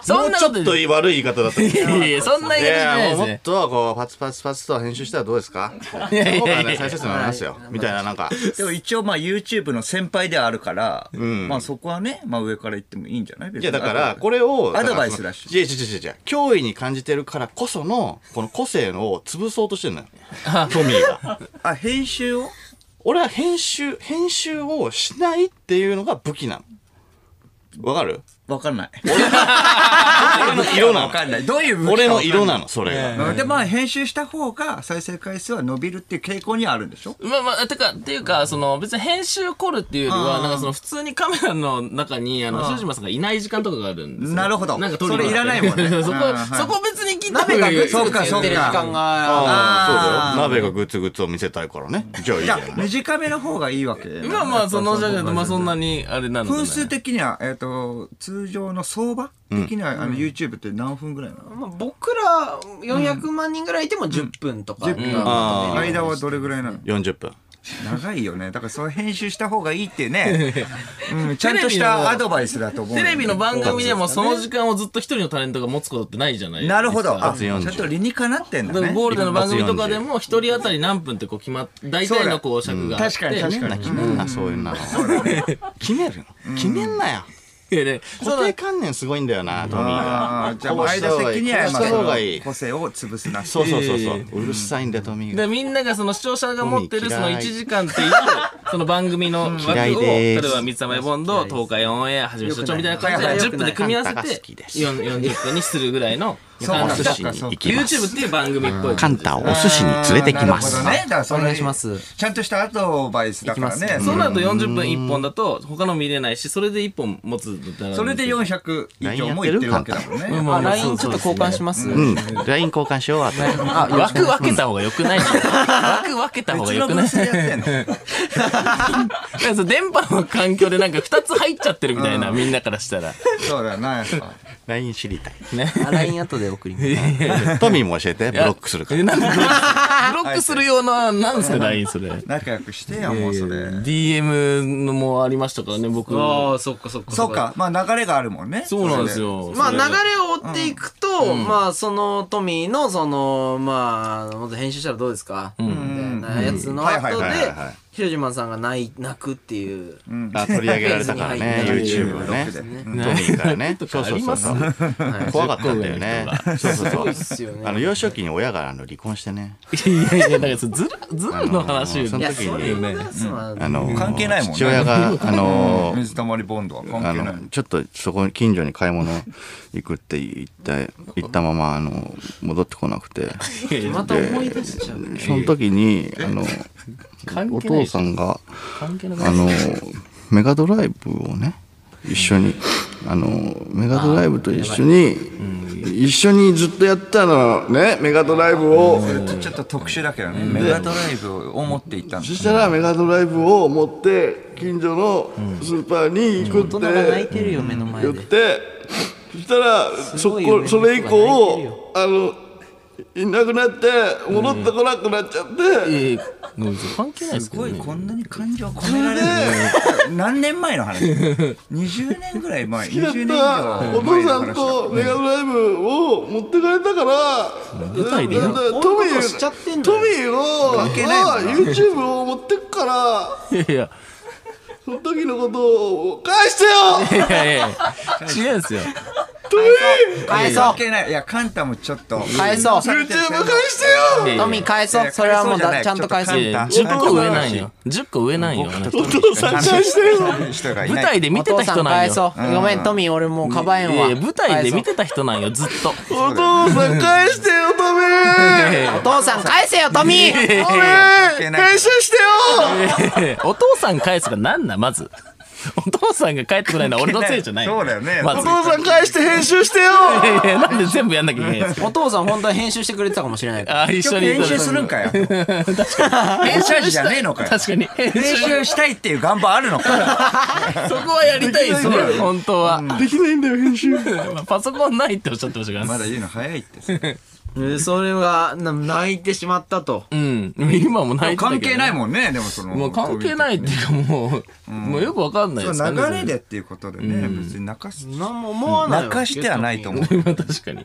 そんな
ち
こ
ょ
と
っと悪い言い方だった
いやいやいや、そんな言い方じゃない
い
で
や
す
もうもっ
ね。
とこうパツパツパツと編集したらどうですかいやいやいや再生数になりますよみたいななんか
でも一応まあ YouTube の先輩ではあるから
ん
まあそこはねまあ上から言ってもいいんじゃない別に
いやだからこれを
アドバイスだし
いやいやいやいや脅威に感じてるからこそのこの個性を潰そうとしてるのよトミーが
あ編集を
俺は編集編集をしないっていうのが武器なのわかる
わかんない
俺の色な
わかん
の
ないどういう武器か
俺の色
わかん
なのそれが
いうんでまあ編集した方が再生回数は伸びるっていう傾向にはあるんでしょ
まあまあ、てか、っていうか、その、別に編集を凝るっていうよりは、なんかその、普通にカメラの中に、あの、修島さんがいない時間とかがあるんですよ。
なるほど
なんか撮りに
それいらないもんね
そこ
うんうん、
そこ別に気きだ
鍋がグツグツ
そうか
言ってる時間が
ああ、そうだ
あー
よ。鍋がグツグツを見せたいからね。じゃあいい
じ
じゃ
ゃ
ない
あ。短めの方がいいわけ
まあまあそのじゃあまあそん
な
なにあれなのかな
分数的にはえっと通常の相場的にはあの YouTube って何分ぐらいなの
まあ僕ら400万人ぐらいいても10分とか
10分
あー
間はどれぐらいなの
40分。
長いよねだからそれ編集した方がいいっ てねうんちゃんとし
テレビの
たアドバイスだと思う
テレビの番組でもその時間をずっと一人のタレントが持つことってないじゃない
なるほどあ
発
ちゃん
40
と理にかなってんだ
だから
ね
ゴールデンの番組とかでも一人当たり何分ってこう決まっ大体のこう尺があって
確かに確かに
決めんな、そういうの。決めるの決めんなよ。
にで
固定観念すごいんだよな、トミー
あ
が
ー。じゃあもう間的には
こ
まあ
うした
その
方がいい。
個性を潰すな
そうそうそうそ。
いう
うるさいんだよ、トミー
で
が。
みんながその視聴者が持ってるその
嫌
1
い
時間っていうその番組の枠を
嫌い
例
で
え
ーす
ば「三つ葉ボンド」「東海オンエア」「はじめしょちょ」みたいな感じ
よくない
で10分で組み合わせて
カンタが好きです
よん40分にするぐらいの
う
感
な
お
ん
じ
寿
だ
が
司に行きます。
YouTube っていう番組っぽい
カンタをお寿司に連れてきます
あー。なるほどねだからそ
お
れ
願いします
ちゃんとしたアドバイスだからね
そうなると40分1本だと他の見れないしそれで1本持つってなるんで
それで400以上もいってるわけだもんね
うん
あ LINE ちょっと交換します
うん。LINE 交換しよう、あと。
あ枠分けた方が良くない枠分けた方が
別
良
の
くない
ブースでやってんの
だ からその電波の環境でなんか2つ入っちゃってるみたいな、みんなからしたら。
そうだよなやっぱ
LINE 知りたい。
ね。
あ LINE 後で送ります
トミーも教えて、ブロックするから
え。なんでブロックブロックするような、なんすか、LINE それ。
仲良くしてよもうそれ
DM のもありましたからね、僕。
ああそっかそっか
そうかまあ流れがあるもんね
そうなんですよ。
まあ
そ
流
れ
れ
で
を追っていくと、まあそのトミーのそのまあ本当編集したらどうですか、みたいなやつの
はいはい
後
はい
はいは
で
い
広島さんが泣い泣くっていう、
あ取り上げられたからね、
ページに
YouTube
入
を
った
ね。
ページ
ト
に
ミーからね。そうそうそうそう。 怖かったんだよね。そうそうそう。
ですよね
あの幼少期に親があの離婚してね。
いやいや、だからそのずる、ずるの話
あのーそ
い
の
や
時
それ
に
は
ね
ねそうなんだ
あの
関係ないもんね
父親があの
水溜りボンドは関
あ
係ない
のちょっとそこ近所に買い物行くって言った行ったままあの戻ってこなくて
また思い出しちゃう
その時にあのお父さんがあのメガドライブをね一緒にあのメガドライブと一緒に一緒にずっとやってたのねメガドライブを
ちょっと特殊だけどねメガドライブを持っていったんだ
そしたらメガドライブを持って近所のスーパーに行く
大人が泣い
って
るよ目の前
言っ
で
てそしたらそ
ごいよ
こ
ね
それ以
泣いてる
降あのいなくなって戻ってこなくなっちゃって
ええごめんなさい関係ないです
す
けど
ごい
ね。
こんなに感情込められる何年前の話20年ぐらい前
好きだ
20
っ
年以
たお
上前
父
の話
さん
だ
とメガドライブを持ってかれたから
舞台で
だ
や
だ
る
だ
こ
ト
う
ミ
いうことしちゃってんだよ
ートミーを
関係ないもんな
YouTube を持ってくから
いやいや、
その時のことを返してよ
いやいや、違うんですよ。
トミ
返そう
関係ないいやカンタもちょっと
返そう
ー YouTube 返してよ
いやいや
トミー返そうそれはもうだちゃんと返そう
いやいや10個上ないよ。10個上ないよ。あの人
お父さん返してよ
人がい
舞
ない
台で見て
お
た
父さ
人
ん
なん
返そ
よ。
うごめんトミー俺もうかばえ
い
ん
や
わ、
いや舞台で見てた人なんよ、ずっと。
お父さん返してよトミー
お父さん返せよトミー
トミ
関係
ー
ない
返信してよ
お父さん返すがなんなんまずお父さんが帰ってこないのは俺のせいじゃない
そうだよね
ま
お
ず
父さん返して編集してよ
いやいやなんで全部やんなきゃいけないんですか
お父さん本当は編集してくれてたかもし れないから
あ一緒
結局
に
編集するんかよ編集時じゃねえのか よ
確かに編
編
集
集したいっていう願望あるのかよ
そこはやりたいですね
できないんだよ
本当は、
できないんだよ編集
まあパソコンないっておっしゃってましたから
まだ言うの早いって さ
でそれはな泣いてしまったと
うん今もない
関係ない
も
もんねでもその
んもう関係ないっていうかもう、もうよくわかんない
そ
です
う
か
流
ね
れでっていうことでね別に泣かす
何も思わない
泣かしてはないと思う
全然 確かに、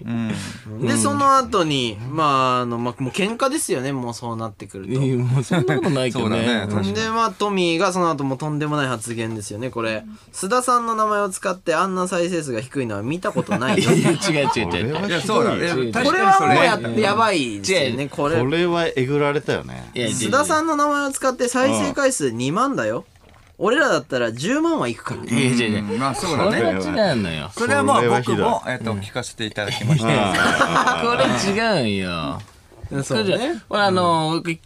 でその後にまああのまあもう喧嘩ですよねもうそうなってくると
いやもうそんなことないけど
そうだ
ね
ね確かに
でまあトミーがその後もとんでもない発言ですよねこれ須田さんの名前を使ってあんな再生数が低いのは見たことないよ
いや違う違う違う違う
いやそうだいや確か に
これはもうや
それ
やばいですよねこれ
これはえぐられたよね
いや
須田さんの名前を使って再生回数2万だよ俺らだったら10万はいくから
い
ね
や違う違う
まあそう
こ
だ
れ
ね
は違うのよ
それはまあ
これはひ
僕
どい
もえっと聞かせていただきました
これ違うんよ。
そうね
これあの、き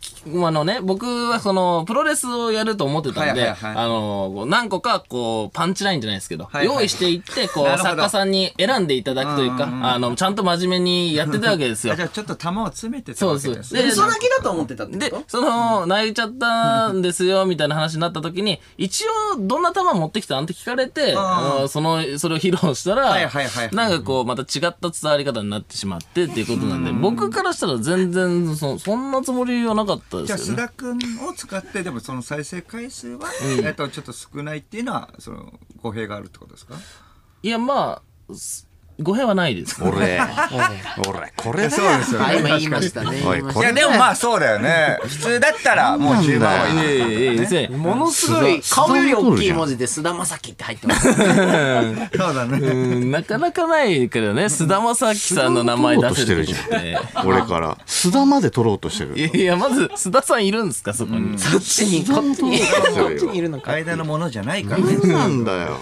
あのね、僕はその、プロレスをやると思ってたんで、
はいはいはい
あの、こう何個かこう、パンチラインじゃないですけど、
はいはい
用意していって、こう、
なるほど
作家さんに選んでいただくというか、あの、ちゃんと真面目にやってたわけですよ
あじ。ゃあちょっと玉を詰めてたわけです
そう
ね
で
嘘
す
泣きだと思ってたって
で
こと、
その、泣いちゃったんですよ、みたいな話になった時に、一応、どんな球持ってきたんって聞かれて、あのその、それを披露したら、
はいはいはい
なんかこう、また違った伝わり方になってしまってっていうことなんで、僕からしたら全然、そそんなつもりはなかったで
じゃあ
す
須
よね。
田君を使ってでもその再生回数は、えっとちょっと少ないっていうのはその語弊があるってことですか
いや、まあ、す語弊はないです。
俺、俺、これだ
そうですよ
あ今言いましたね。
お
言
い
いまし
こ
い
れ
やでもまあそうだよね普通だったらもう10万はい
いやいやいやいや
たものすごい
須田
顔より大きい文字で菅田将暉って入ってます。
そうだね
うんなかなかないからね、菅田将暉さんの名前出せることって。
俺から。須田まで取ろうとしてる。
いやいや、まず、須田さんいるんですか、そこに。
こっちにこっちにこっちにいるのか。
間のものじゃないからね
そうなんだよ。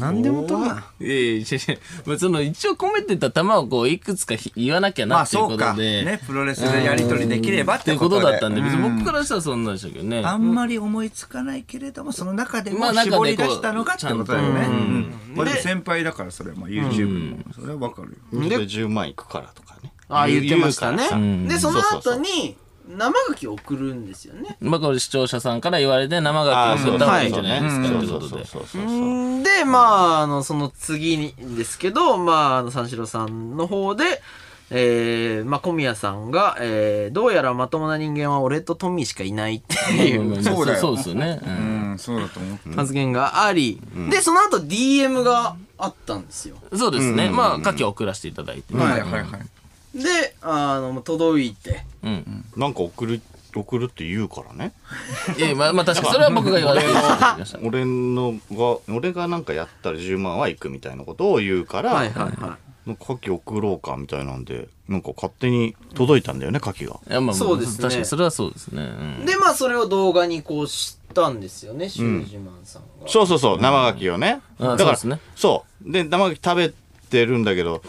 なんでも取るな。
いやいや、違う違うまあその一応込めてた球をこういくつかひ言わなきゃ
ま
な
あ
っていう
そ
こ
う
と
か
で。
ねプロレスでやり取りできればっ
っていう
てこ
ことと
で
だったんで、別に
う
僕からしたらそんなんでしたけどね。
あんまり思いつかないけれどもその中でも
まあ中でこ
絞
う
り出したのがってことだよね
ちゃんと
うんまあでも先輩だからそれまあ YouTube もそれはわかるよ
で、10万いくからとかね。
ああ言ってました
言うからさ
ね。でその
そうそ
後
うそう
に生書きを送るんですよね。
まあこれ視聴者さんから言われて生楽器を送った方がいいんじゃないですかってことで。
そうそう
でまああのその次にですけどまああの三四郎さんの方で。えーまあ、小宮さんが、えーどうやらまともな人間は俺とトミーしかいないっていう
まあまあ
そうだよ
そうですよね。うん
うんそうだと思って
発言があり、でその後 DM があったんですよ
そうですね。まあ、歌詞を送らせていただいて。
はいはいはい
であの届いて
うん。
なんか送る、送るって言うからね。
いや、まあ、まあ、確かに、それは僕が言われてました。
俺のが、俺がなんかやったら10万はいくみたいなことを言うから、
はいはいは
なんか牡蠣送ろうかみたいなんで、なんか勝手に届いたんだよね、牡蠣が。
いやまあまあ
そうですね
確かに、それはそうですね。うん
いでまあそれを動画にこうしたんですよねシュージマンさんが、
そうそうそう、生牡蠣をね。
うんあ
だから、
そうですね
そうで、生牡蠣食べてるんだけど、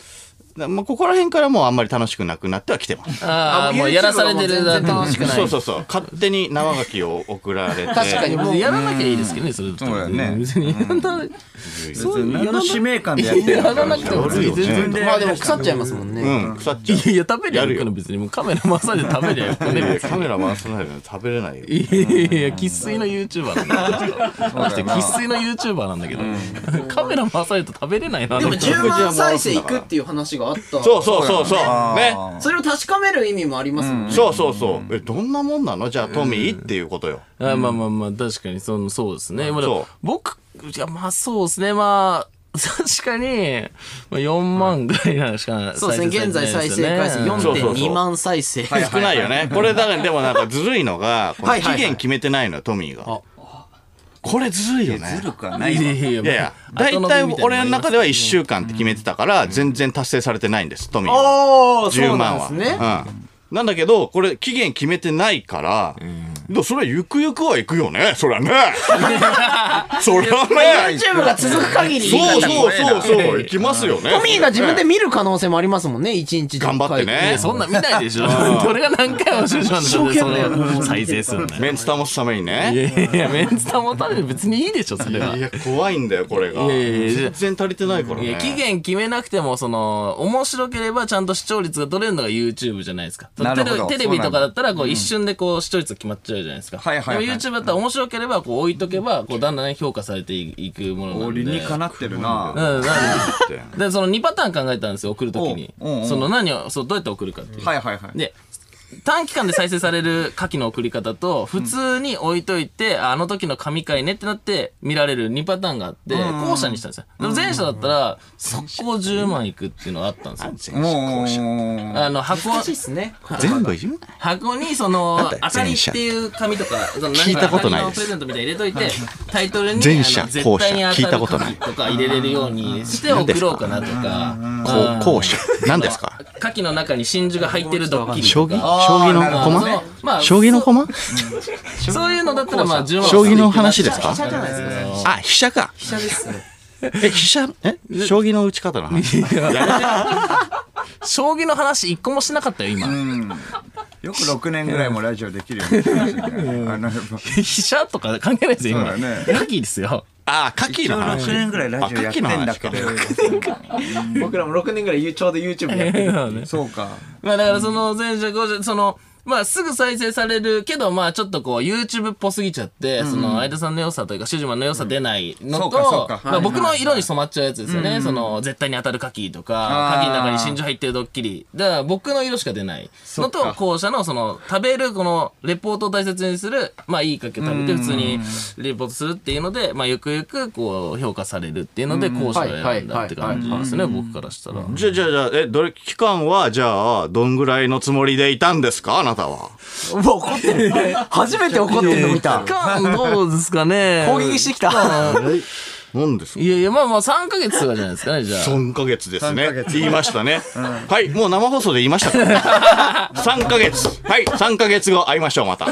なまあ、ここら辺からもうあんまり楽しくなくなってはきてます。
ああ、もうやらされてるな楽しくない。
そうそうそう、勝手に生牡蠣を送られて。
確かにもう
やらなきゃいいですけどね、それ
そうだよね
別にやらなそういう
何の使命感でやってる
や
のから
なくても別に全然。
まあでも腐っちゃいますもんね、
うん、腐っちゃう。
いや、食べりゃ
やる
よく
よ
の別に。もうカメラ回されて食べりゃよく
い
ね。
やカメラ回さないのに食べれないよ。
いやいやいや、生粋の YouTuber なんだけど。まして
よな
生粋の YouTuber なんだけど。 カメラ回されると食べれないな。
でも
あの人
10万再生いくっていう話があった
そうそうそうそう。ね。
それを確かめる意味もありますもんね、
そうそうそう。え、どんなもんなのじゃあ、トミーっていうことよ。
あまあまあまあ、確かに、その、そうですね。まあでも
そう
僕、いや、まあそうですね。まあ、 確かに、まあ、4万ぐらいなのしか
そうですね現在再生回数
そうそうそう
4.2万再生
少ないよね。これだから、でもなんかずるいのが、この
はいはいは
期
い
限決めてないのよ、トミーが。これずるいよね。
るかないい
やいやいや
いやいや、大体俺の中では1週間って決めてたから、全然達成されてないんです、トミーは。
おおそ
10
うなんで
万は。
すね、
うん。なんだけど、これ期限決めてないから、でもそれはゆくゆくは行くよね、そりゃね。そりゃね。
YouTube が続く限り
そうそうそ
い
う
い
そう、
な
行きますよね。
トミーが自分で見る可能性もありますもんね、一日で
頑張ってね
いやそんな見ないでしょ。どれが何回も出場なんだよ、その再生するのよ。
メンツ保つために
い
ね。
やいやいや、メンツ保たれて別にいいでしょ、それは。
い
い
や、怖いんだよ、これが。
いやいやいや
全然足りてないからね
や、。期限決めなくても、その、面白ければちゃんと視聴率が取れるのが YouTube じゃないですか。
なるほど
テレテレビとかだったら、こう、一瞬でこう、視聴率が決まっちゃうじゃないですか。
はいはいはい
でも YouTube だったら面白ければ、こう、置いとけば、こう、だんだんね評価されていくものなんで。
折にかなってる
う、
なん
なんで
って。
で、その2パターン考えたんですよ、送るときに。
おうおうおう
その何を、そう、どうやって送るかっていう。
はいはいはい
で、短期間で再生される下記の送り方と、普通に置いといて、ああの時の神回ねってなって見られる2パターンがあって、後者にしたんですよ。でも前者だったら、速攻10万いくっていうのがあったんですよ。
もう
あの、箱、
しいっすね。
全部言う
箱にその、明かりっていう紙とか、そのなんか
聞いたことない
明かりの
です
プレゼントみたいに入れといて、タイトルに、
前者
あの絶対に
後者聞いた
当
こと
た
ない
る紙とか入れれるようにして送ろうかなとか。うん
後者。何ですか
牡蠣の中に真珠が入ってるドッキリ
将
と
棋
か。
将棋の
そ
駒
のまあ
将棋の駒
そういうのだったらまあ10万
将棋の話ですか
じゃないですか。
あ、飛車か。
飛車ですね。
え、飛車、え将棋の打ち方の話。
将棋の話一個もしなかったよ、今。
うんよく6年ぐらいもラジオできるようになりましたねあの
飛車とか関係ないですよ、今。
そうだね
ラッキーですよ。
ああ、牡蠣の話。
6年ぐらいラジオやってんだけど
あ牡蠣の
僕らも6年ぐらいちょうど YouTube やってる
そうか
まあだからその前者後者、その、まあすぐ再生されるけど、まあちょっとこう YouTube っぽすぎちゃって、その相田さんの良さというか、シュジマンの良さ出ないの
そうかそう
と、
か
まあ僕の色に染まっちゃうやつですよね。その絶対に当たるカキとか、
あー
カキの中に真珠入ってるドッキリ。だから僕の色しか出ないの
そっ
と
か、
後者のその食べるこのレポートを大切にする、まあいいカキを食べて普通にレポートするっていうので、まあゆくゆくこう評価されるっていうので、後者を選んだって感じですね、僕からしたら。
じゃあ、じゃあ、じゃあ、え、どれ、期間は、じゃあ、どんぐらいのつもりでいたんですかあなたは。
うわ怒ってる初めて怒ってるの見た
間どうですかね。
攻撃してきた
何ですか
いやいや、まあまあ3ヶ月とかじゃないですかね、じゃあ。
3ヶ月です
3ヶ
ね
月。
言いましたね。はい、もう生放送で言いましたから。3ヶ月。はい、3ヶ月後会いましょう、また。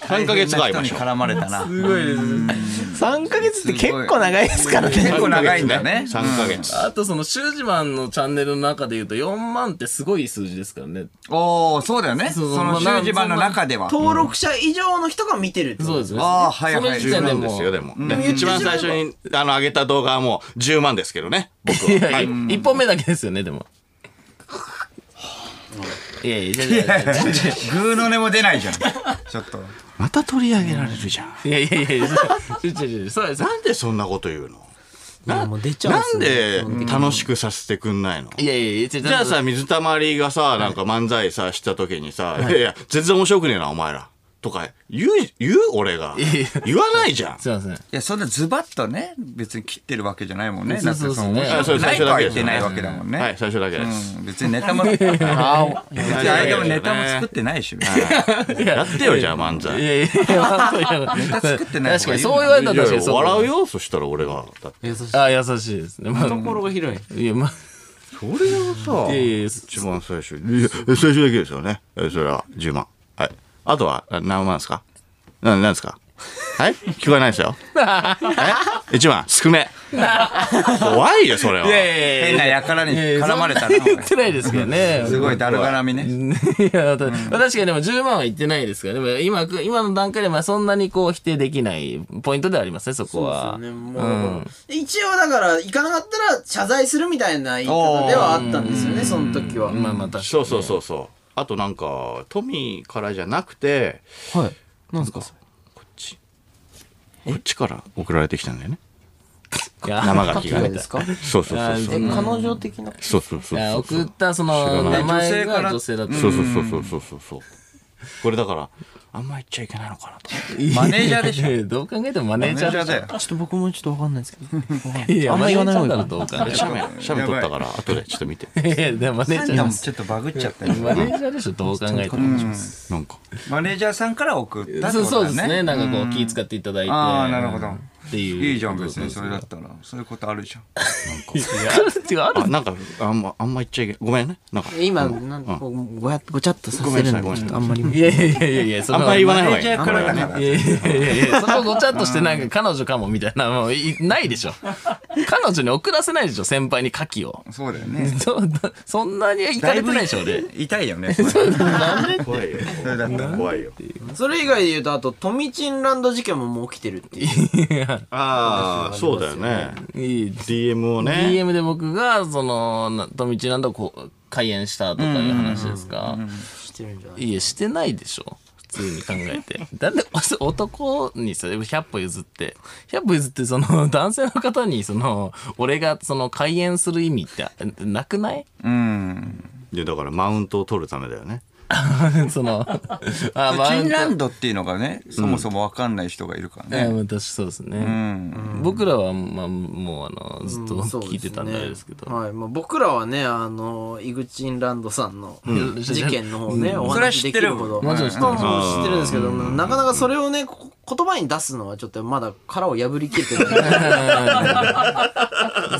3ヶ月後会い
人
ま
に
しょう。
絡まれたな
3ヶ月って結構長いですからね
結構長いんだ ね
3ヶ月。
あとその、シュージマンのチャンネルの中で言うと4万ってすごい数字ですからね。
おおそうだよねそ
そう
の
まあ
習字盤の中では
登録者以上の人が見てるってこと
そうですね。
あーはいはい
その時
10
点で
万
もう。
ですよ、でも。ね一番最初に、あの、上げた動画はもう10万ですけどね。僕
い
は。
や
はいい
や、1本目だけですよね、でも。いやいや、じゃあじゃあじゃあじゃ
グーの音も出ないじゃんちょっと
また取り上げられるじゃん。
あいやいやいやいや、じゃあじゃあじゃあそうです。
なんでそんなこと言うの
もう出ちゃうん
な
す
ん
ね
で楽しくさせてくんないの
いやいやいや、じ
じゃあ、さ、水たまりがさ、なんか漫才さ、した時にさ、いやいや、全然面白くねえな、お前ら。とか、言う、言う俺が
やいや。
言わないじゃん。
すいません。
いやそんなズバッとね別に切ってるわけじゃないもんね
そうそうそう
だって
あ
そ
そ
の
う
な
最
いと
初
は
だ
言
けで
っ
す
てないわけだもんね、
はい、最初だけです。
うん別にネタも別に間もネタも作ってないし、
やってよ、じゃあ漫
い
才。
やいやいや、本当に
ネタ作ってない
確かに、
方がいい
そう言われたら
いや
確か
い
に
や
そう。
笑うよ、そしたら俺が。だって、
あ、優しいですね。まあ、
懐が広い
いや、まあ、
それをさ、
いやいや
一番最初。いや最初だけですよね。えそれは10万。はい。あとは、あ何万ですかな、なんですかはい聞こえない ですよ。え ?1 万、少ね。怖いよ、それは。
いやいやいやい
変
や
なやからに絡まれたな
そん言ってないですけどね。
すごいだるがらみね
いや、た確かにでも10万は言ってないですから、でも今、今の段階でまあそんなにこう否定できないポイントではありますね、そこは。
ねもう一応だから行かなかったら謝罪するみたいな言い方ではあったんですよねその時は
まあまあ確かに。
そうそうそうそう。あとなんか、トミーからじゃなくて、
はい。なんですか
こっち。こっちから送られてきたんだよね。
いや、
生ガキが
どう
ね
で。すか
そうそうそうそう。
彼女的な
そうそうそう
いや
そう。
送ったその
知らない
名前
女性から
が女性だった。
そうそうそうそうそうそうそう。これだから、あんま言っちゃいけないのかなと。
マネージャーでしょ
ょ。 どう考えてもマネ
め
ー
ち
ジャー
ゃくちゃだよ
ちょっと僕もちょっとわかんないですけど
いや、
あんま
マネ
言わ
ージ
ない
ャ
方
ー
が
だ
い
ろどう考え
い
て
写 メ、写メ撮ったから、後でちょっと見て。
も。いやいや、マネージャー
で
で
も
す。
ちょっとバグっちゃったよ
マネージャーでしょ、どう考えても。
なんか。
マネージャーさんから送ったって
そう
こ
そ
と
う
だ
で
ね
すね。なんかこう気使っていただいて。
ああなるほど
っていう。
いいじゃん別にそれだったらそういうことあるじゃん
いやある
あ、なんか、あんま、あんま言っちゃいけない。ごめんね。なんか。
今なんかこうごやごちゃっとさせるの
ごめんなさいごめんなさい
あんまり
いやいやいやいやいや、そん
あん
な
ま言わない方がいい。
マネージャーからだから
いやいやいやいや、そこごちゃっとしてなんか彼女かもみたいな、もういないでしょ。彼女に送らせないでしょ、先輩に牡蠣を。
そうだよね
そそんなに行かれてないでしょ、俺。
痛い よねそれ
怖いよ。
それだったら
怖いよ。
それ以外で言うとあとトミチンランド事件ももう起きてるっていう
ああ、そうだよね。
いい
DM をね。
DM で僕が、その、な富地なんだこう、開演したとかいう話ですか。
してるんじゃない
いや、してないでしょ。普通に考えて。だって、男にさ、100歩譲って、100歩譲って、その、男性の方に、その、俺が、その、開演する意味ってなくない
うん
いやだからマウントを取るためだよね。
その、あ、
チンランドっていうのがねそもそもわかんない人がいるからね
え私そうですね、
うん
僕らは、まあ、もうあのずっと
うんそうです
聞
ね
いてたんであれですけど、
はいまあ、僕らはねあの井口ランドさんの事件の方ね、お
それは
話
知
で
っ
き
てる
るほど
もちろん知ってる
うんそう知ってるんですけどなかなかそれをねこ言葉に出すのはちょっとまだ殻を破りきれて ない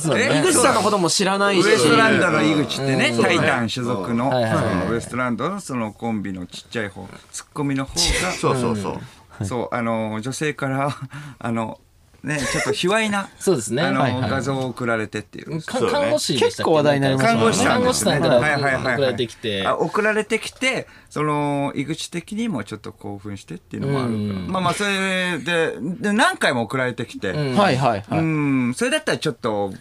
そう
え
ね
井口さんのことも知らないし
ウエストランドの井口ってね、
うん
タイタン所属の,、
はいはいはい
そのウエストランドのそのコンビのちっちゃい方ツッコミの方
そうそうそう。
がそうあの女性からあのね、ちょっと卑猥な、
そうですね
あの、
はいはい
画像を送られてっていう。
か
そうね
看護師でしたっけ
結構話題になりましたね
看護師さん
で
ですす
ね
ねから
はいはいはいはい
送られてきて
あ送られてきてその井口的にもちょっと興奮してっていうのもあるか
う
ら、
ん
まあまあそれでで何回も送られてきて、うん
はいはいはい。
それだったらちょっと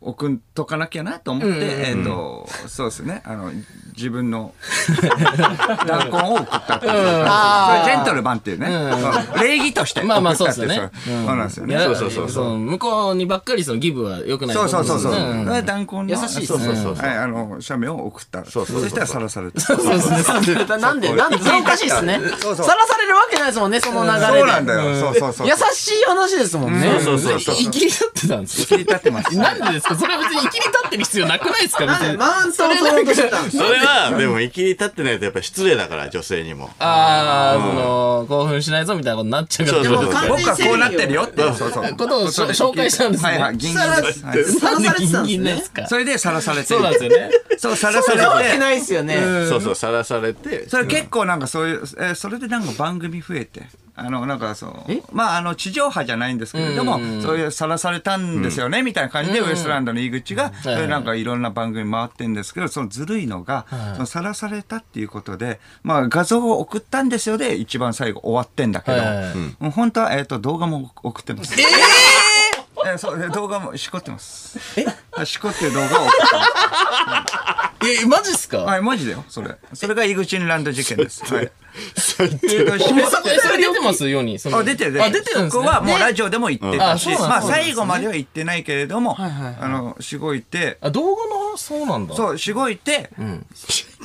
送っとかなきゃなと思って、えっ、とそうですねあの自 分の弾痕を送ったっていうそれジェントルマンっていうね、うん礼儀として送
まあまあ
った
そう
っ
で
て
す
い
よね
うそうそうなんですよね
いやだから
そうそうそうそう
の向こうにばっかりそのギブは良くない
そうそうそうそう。
ん
だから弾痕の。
優しいです
そう
ね
そう
そうそうそう
はい、あの、写メを送った。
そうそうそう
したらさらされて。
そうそうそう
なんで、なんで、それおかしいですね。
そうそう
さらされるわけないですもんね、その流れで。
そうなんだよ。そうそうそう。
優しい話ですもんね。
そうそうそう
生きり立ってたんですよ
切り立ってます。
なんでですかそれは別に生きり立ってる必要なくないですか別
なんで
に
マウントを取ろうとしてたんです
それはでも生きり立ってないとやっぱ失礼だから女性にも
ああ、その、興奮しないぞみたいなことになっちゃうから。
そうそうそう
でも
僕はこうなってるよって。そうそう。
ことをしょ紹介したんですね
はいはい、銀
さら
銀
さ
ですはい。
なん
らされ
で
てた
ギ
ん
ンギンなん
ですね
で。すか
それでさらされて。
そうなんですよね。
そう、さらさ
そんなわ
れ
け
て。
ないですよね。
そうそうさらされて
それ結構なんかそういう、えーそれでなんか番組増えて。あの、なんかそう、まあ、あの、地上波じゃないんですけれども、そういうさらされたんですよね、みたいな感じで、ウエストランドの井口が、それなんかいろんな番組回ってんですけど、そのずるいのが、そのさらされたっていうことで、まあ、画像を送ったんですよで、一番最後終わってんだけど、
はいはい
うん本当は、えっ、と、動画も送ってます。えーそうで動画もしこってます。えしこってる動画を送ってます。
え、マジっすか
はい、マジだよ、それ。それが井口ランド事件です。はい。
そう言っ
え
て
ーとしこ
え、
っ
そ
て
えそれ出てますように。その
あ、出てる
あ、出てるんですね。
そこはもうラジオでも言ってたし、
うんあそう
ま
なん
あ
ですね
最後までは言ってないけれども、あの、しごいて、
あ、動画の、そうなんだ。
そう、しごいて、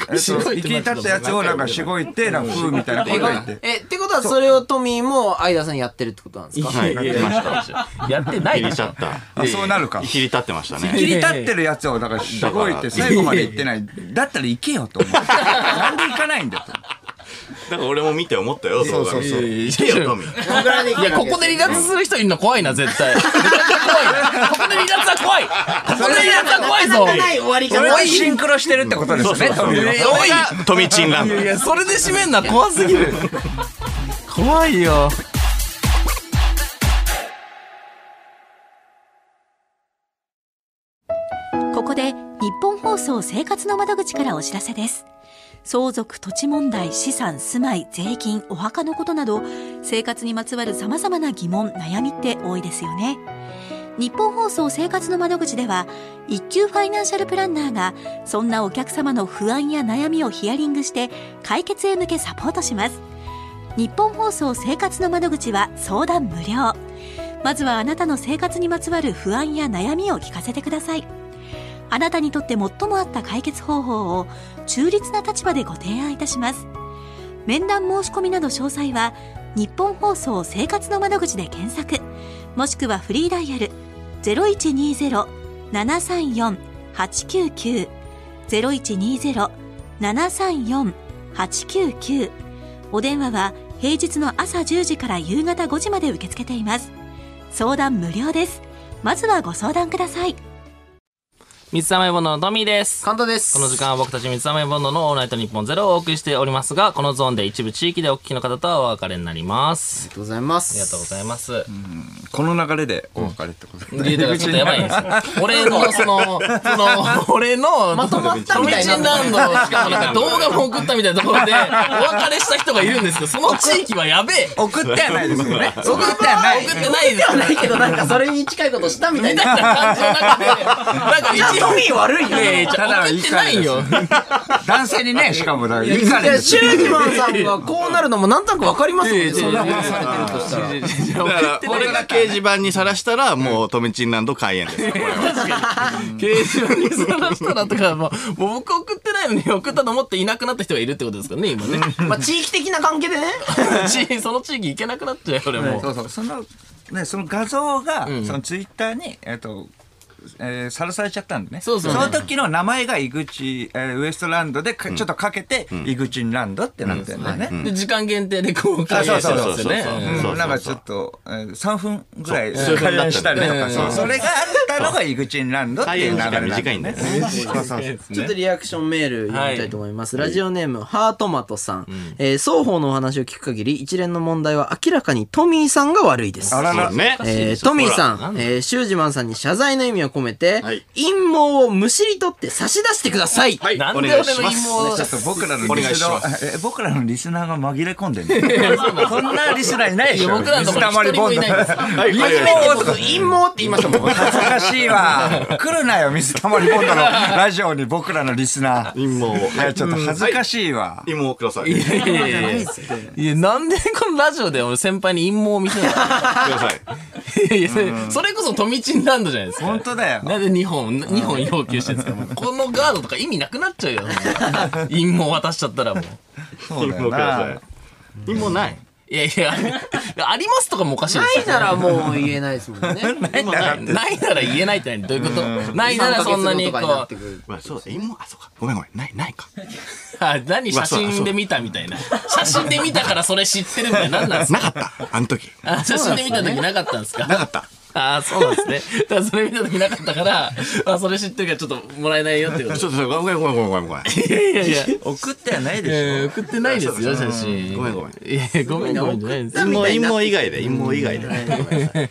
えっ
し
と、
ご
生
いて
き立ったやつをなんかしごいて、なんかふうみたいなこと言って。
え、ってことはそれをトミーも相田さんやってるってことなんですか
はいやってました
やってない
生きり
でし
立
ょ。
った
あそうなるか
生きり立ってました
切
ね
り立ってるやつを、だから、しごいて、最後まで行ってない。だったら行けよと思う。なんで行かないんだと。
だから俺も見て思ったよそうそうそう行けよトミー
いや、ここで離脱する人いるの怖いな、絶対。離脱怖いな。ここで離脱は怖い。ここで離脱は怖いぞ。
終わり
それはシンクロしてるってことですよね、
そうそ
ト
うそう
ミーは
えおい
トミーチンランド
いや、それで締めんな、怖すぎる。怖いよ。
ここで日本放送生活の窓口からお知らせです。相続、土地問題、資産、住まい、税金、お墓のことなど、生活にまつわる様々な疑問、悩みって多いですよね。日本放送生活の窓口では、一級ファイナンシャルプランナーが、そんなお客様の不安や悩みをヒアリングして、解決へ向けサポートします。日本放送生活の窓口は相談無料。まずはあなたの生活にまつわる不安や悩みを聞かせてください。あなたにとって最も合った解決方法を中立な立場でご提案いたします面談申し込みなど詳細は日本放送生活の窓口で検索もしくはフリーダイヤル0120-734-899 0120-734-899お電話は平日の朝10時から夕方5時まで受け付けています相談無料ですまずはご相談ください
三つ甘いボンドのトミーです。
簡単です。
この時間は僕たち三つ甘いボンドのオールナイトニッポンゼロをお送りしておりますが、このゾーンで一部地域でお聞きの方とはお別れになります
ありが。とうございます。
ありがとうございます。
この流れでお別れってことだね
いやだからちょっとやばいんですよ。 俺の、その、その、俺の、まとまったみたいな。ランド、しかもなんか動画も送ったみたいなところで、お別れした人がいるんですけど、その地域はやべえ。
送ってはないですよね。送ってはない。
送ってないです
ないけど、なんかそれに近いことしたみたいな。
感じの中で、なんか一応、
ミー悪い
いやいや、じゃあ送ってないよ。
男性にね、しかもだから、いいか
いや、
ね。
シューギマンさんがこうなるのもなんとなくわかりますもんね。そんなことされてるとしたら。
だから俺が掲示板にさらしたらもうトミーチンランド開演ですこれは
掲示板にさらしたらとか、もうもう僕送ってないのに送ったと思っていなくなった人がいるってことですからね、 今ね。
まあ、地域的な関係でね。
地その地域行けなくなっちゃうよ、俺も
そうそうそのねその画像が、そのツイッターにえっ、とえーさらされちゃったんでね。
そうそう
の時の名前が井口、えーウエストランドでか、ちょっとかけて、井口ランドってなってんだよね。
で時間限定でこう開
あそ
催し
う
て
そ
るん
うそう
です
そう
よね。うん
うんなんかちょっと、えー3分ぐらい
そう
会話したりとか、
そう
そうそれがあったのが井口ランドって
太
いう流
陽の
れ
時
な
間
ん だよ
短いんだよね。
ちょっとリアクションメール読みたいと思います。ラジオネーム、ハートマトさん。えー双方のお話を聞く限り、一連の問題は明らかにトミーさんが悪いです。
あら
そ
ら
う。ね。
えートミー
ほら
さ
なん
ん、
だ
えーシュージマンさんに謝罪の意味を込めて、
はい
陰謀をむしり取って差し出してください。
はい
なんで俺
お
の
願いし
陰
ます
謀を
ちょっと僕らの
お願い
リス
し
ナ
ま
ー、え僕らのリスナーが紛れ込んでる。そんなリスナーいないでし
いや
ょ。
僕らのところ一人もいないです
はい、はい
僕陰謀って言いましたもん。
恥ずかしいわ。来るなよ、水溜りボンドのラジオに僕らのリスナー。
陰謀を。
いや、ちょっと恥ずかしいわ。
陰謀をください。
い
く
やいやいやいやいやなんでこのラジオで俺先輩に陰謀を見せない
ださい。
いやいやそれそれこそトミチンランドじゃないですか。
本当だよ。
なんで2本、二本要求してるんですかもうこのガードとか意味なくなっちゃうよ。陰謀渡しちゃったらもう。
そうだ
陰謀
よ
ください
な。。
陰謀ない。
いやいや、ありますとかもおかしいで
ない
すよ
ならもう言えないですもんね。
ないんだなって
ないなら言えないって何どういうことないならそんなにこ
三ヶ月後とかなっ
う
て、くる
まあ、そうだ、陰謀、あ、そうか。ごめんごめん。ない、ないか。
あ何写真で見たみたいな。写真で見たからそれ知ってるみたいな。何なんですか
なかった。あの時。
あ写真で見た時なかったんですか
なかった。
ああ、そうなんですね。だからそれ見た時なかったから、あそれ知ってるからちょっともらえないよってこ
ち
と。
ょっと、ごめんごめんごめんごめんごめん。
いやいやいや。
送ってはないで
えー、送ってないですよ、写真。
ごめんごめん
いや、ごめんごめんじゃないですよ。
陰謀、陰謀以外で、陰謀以外で。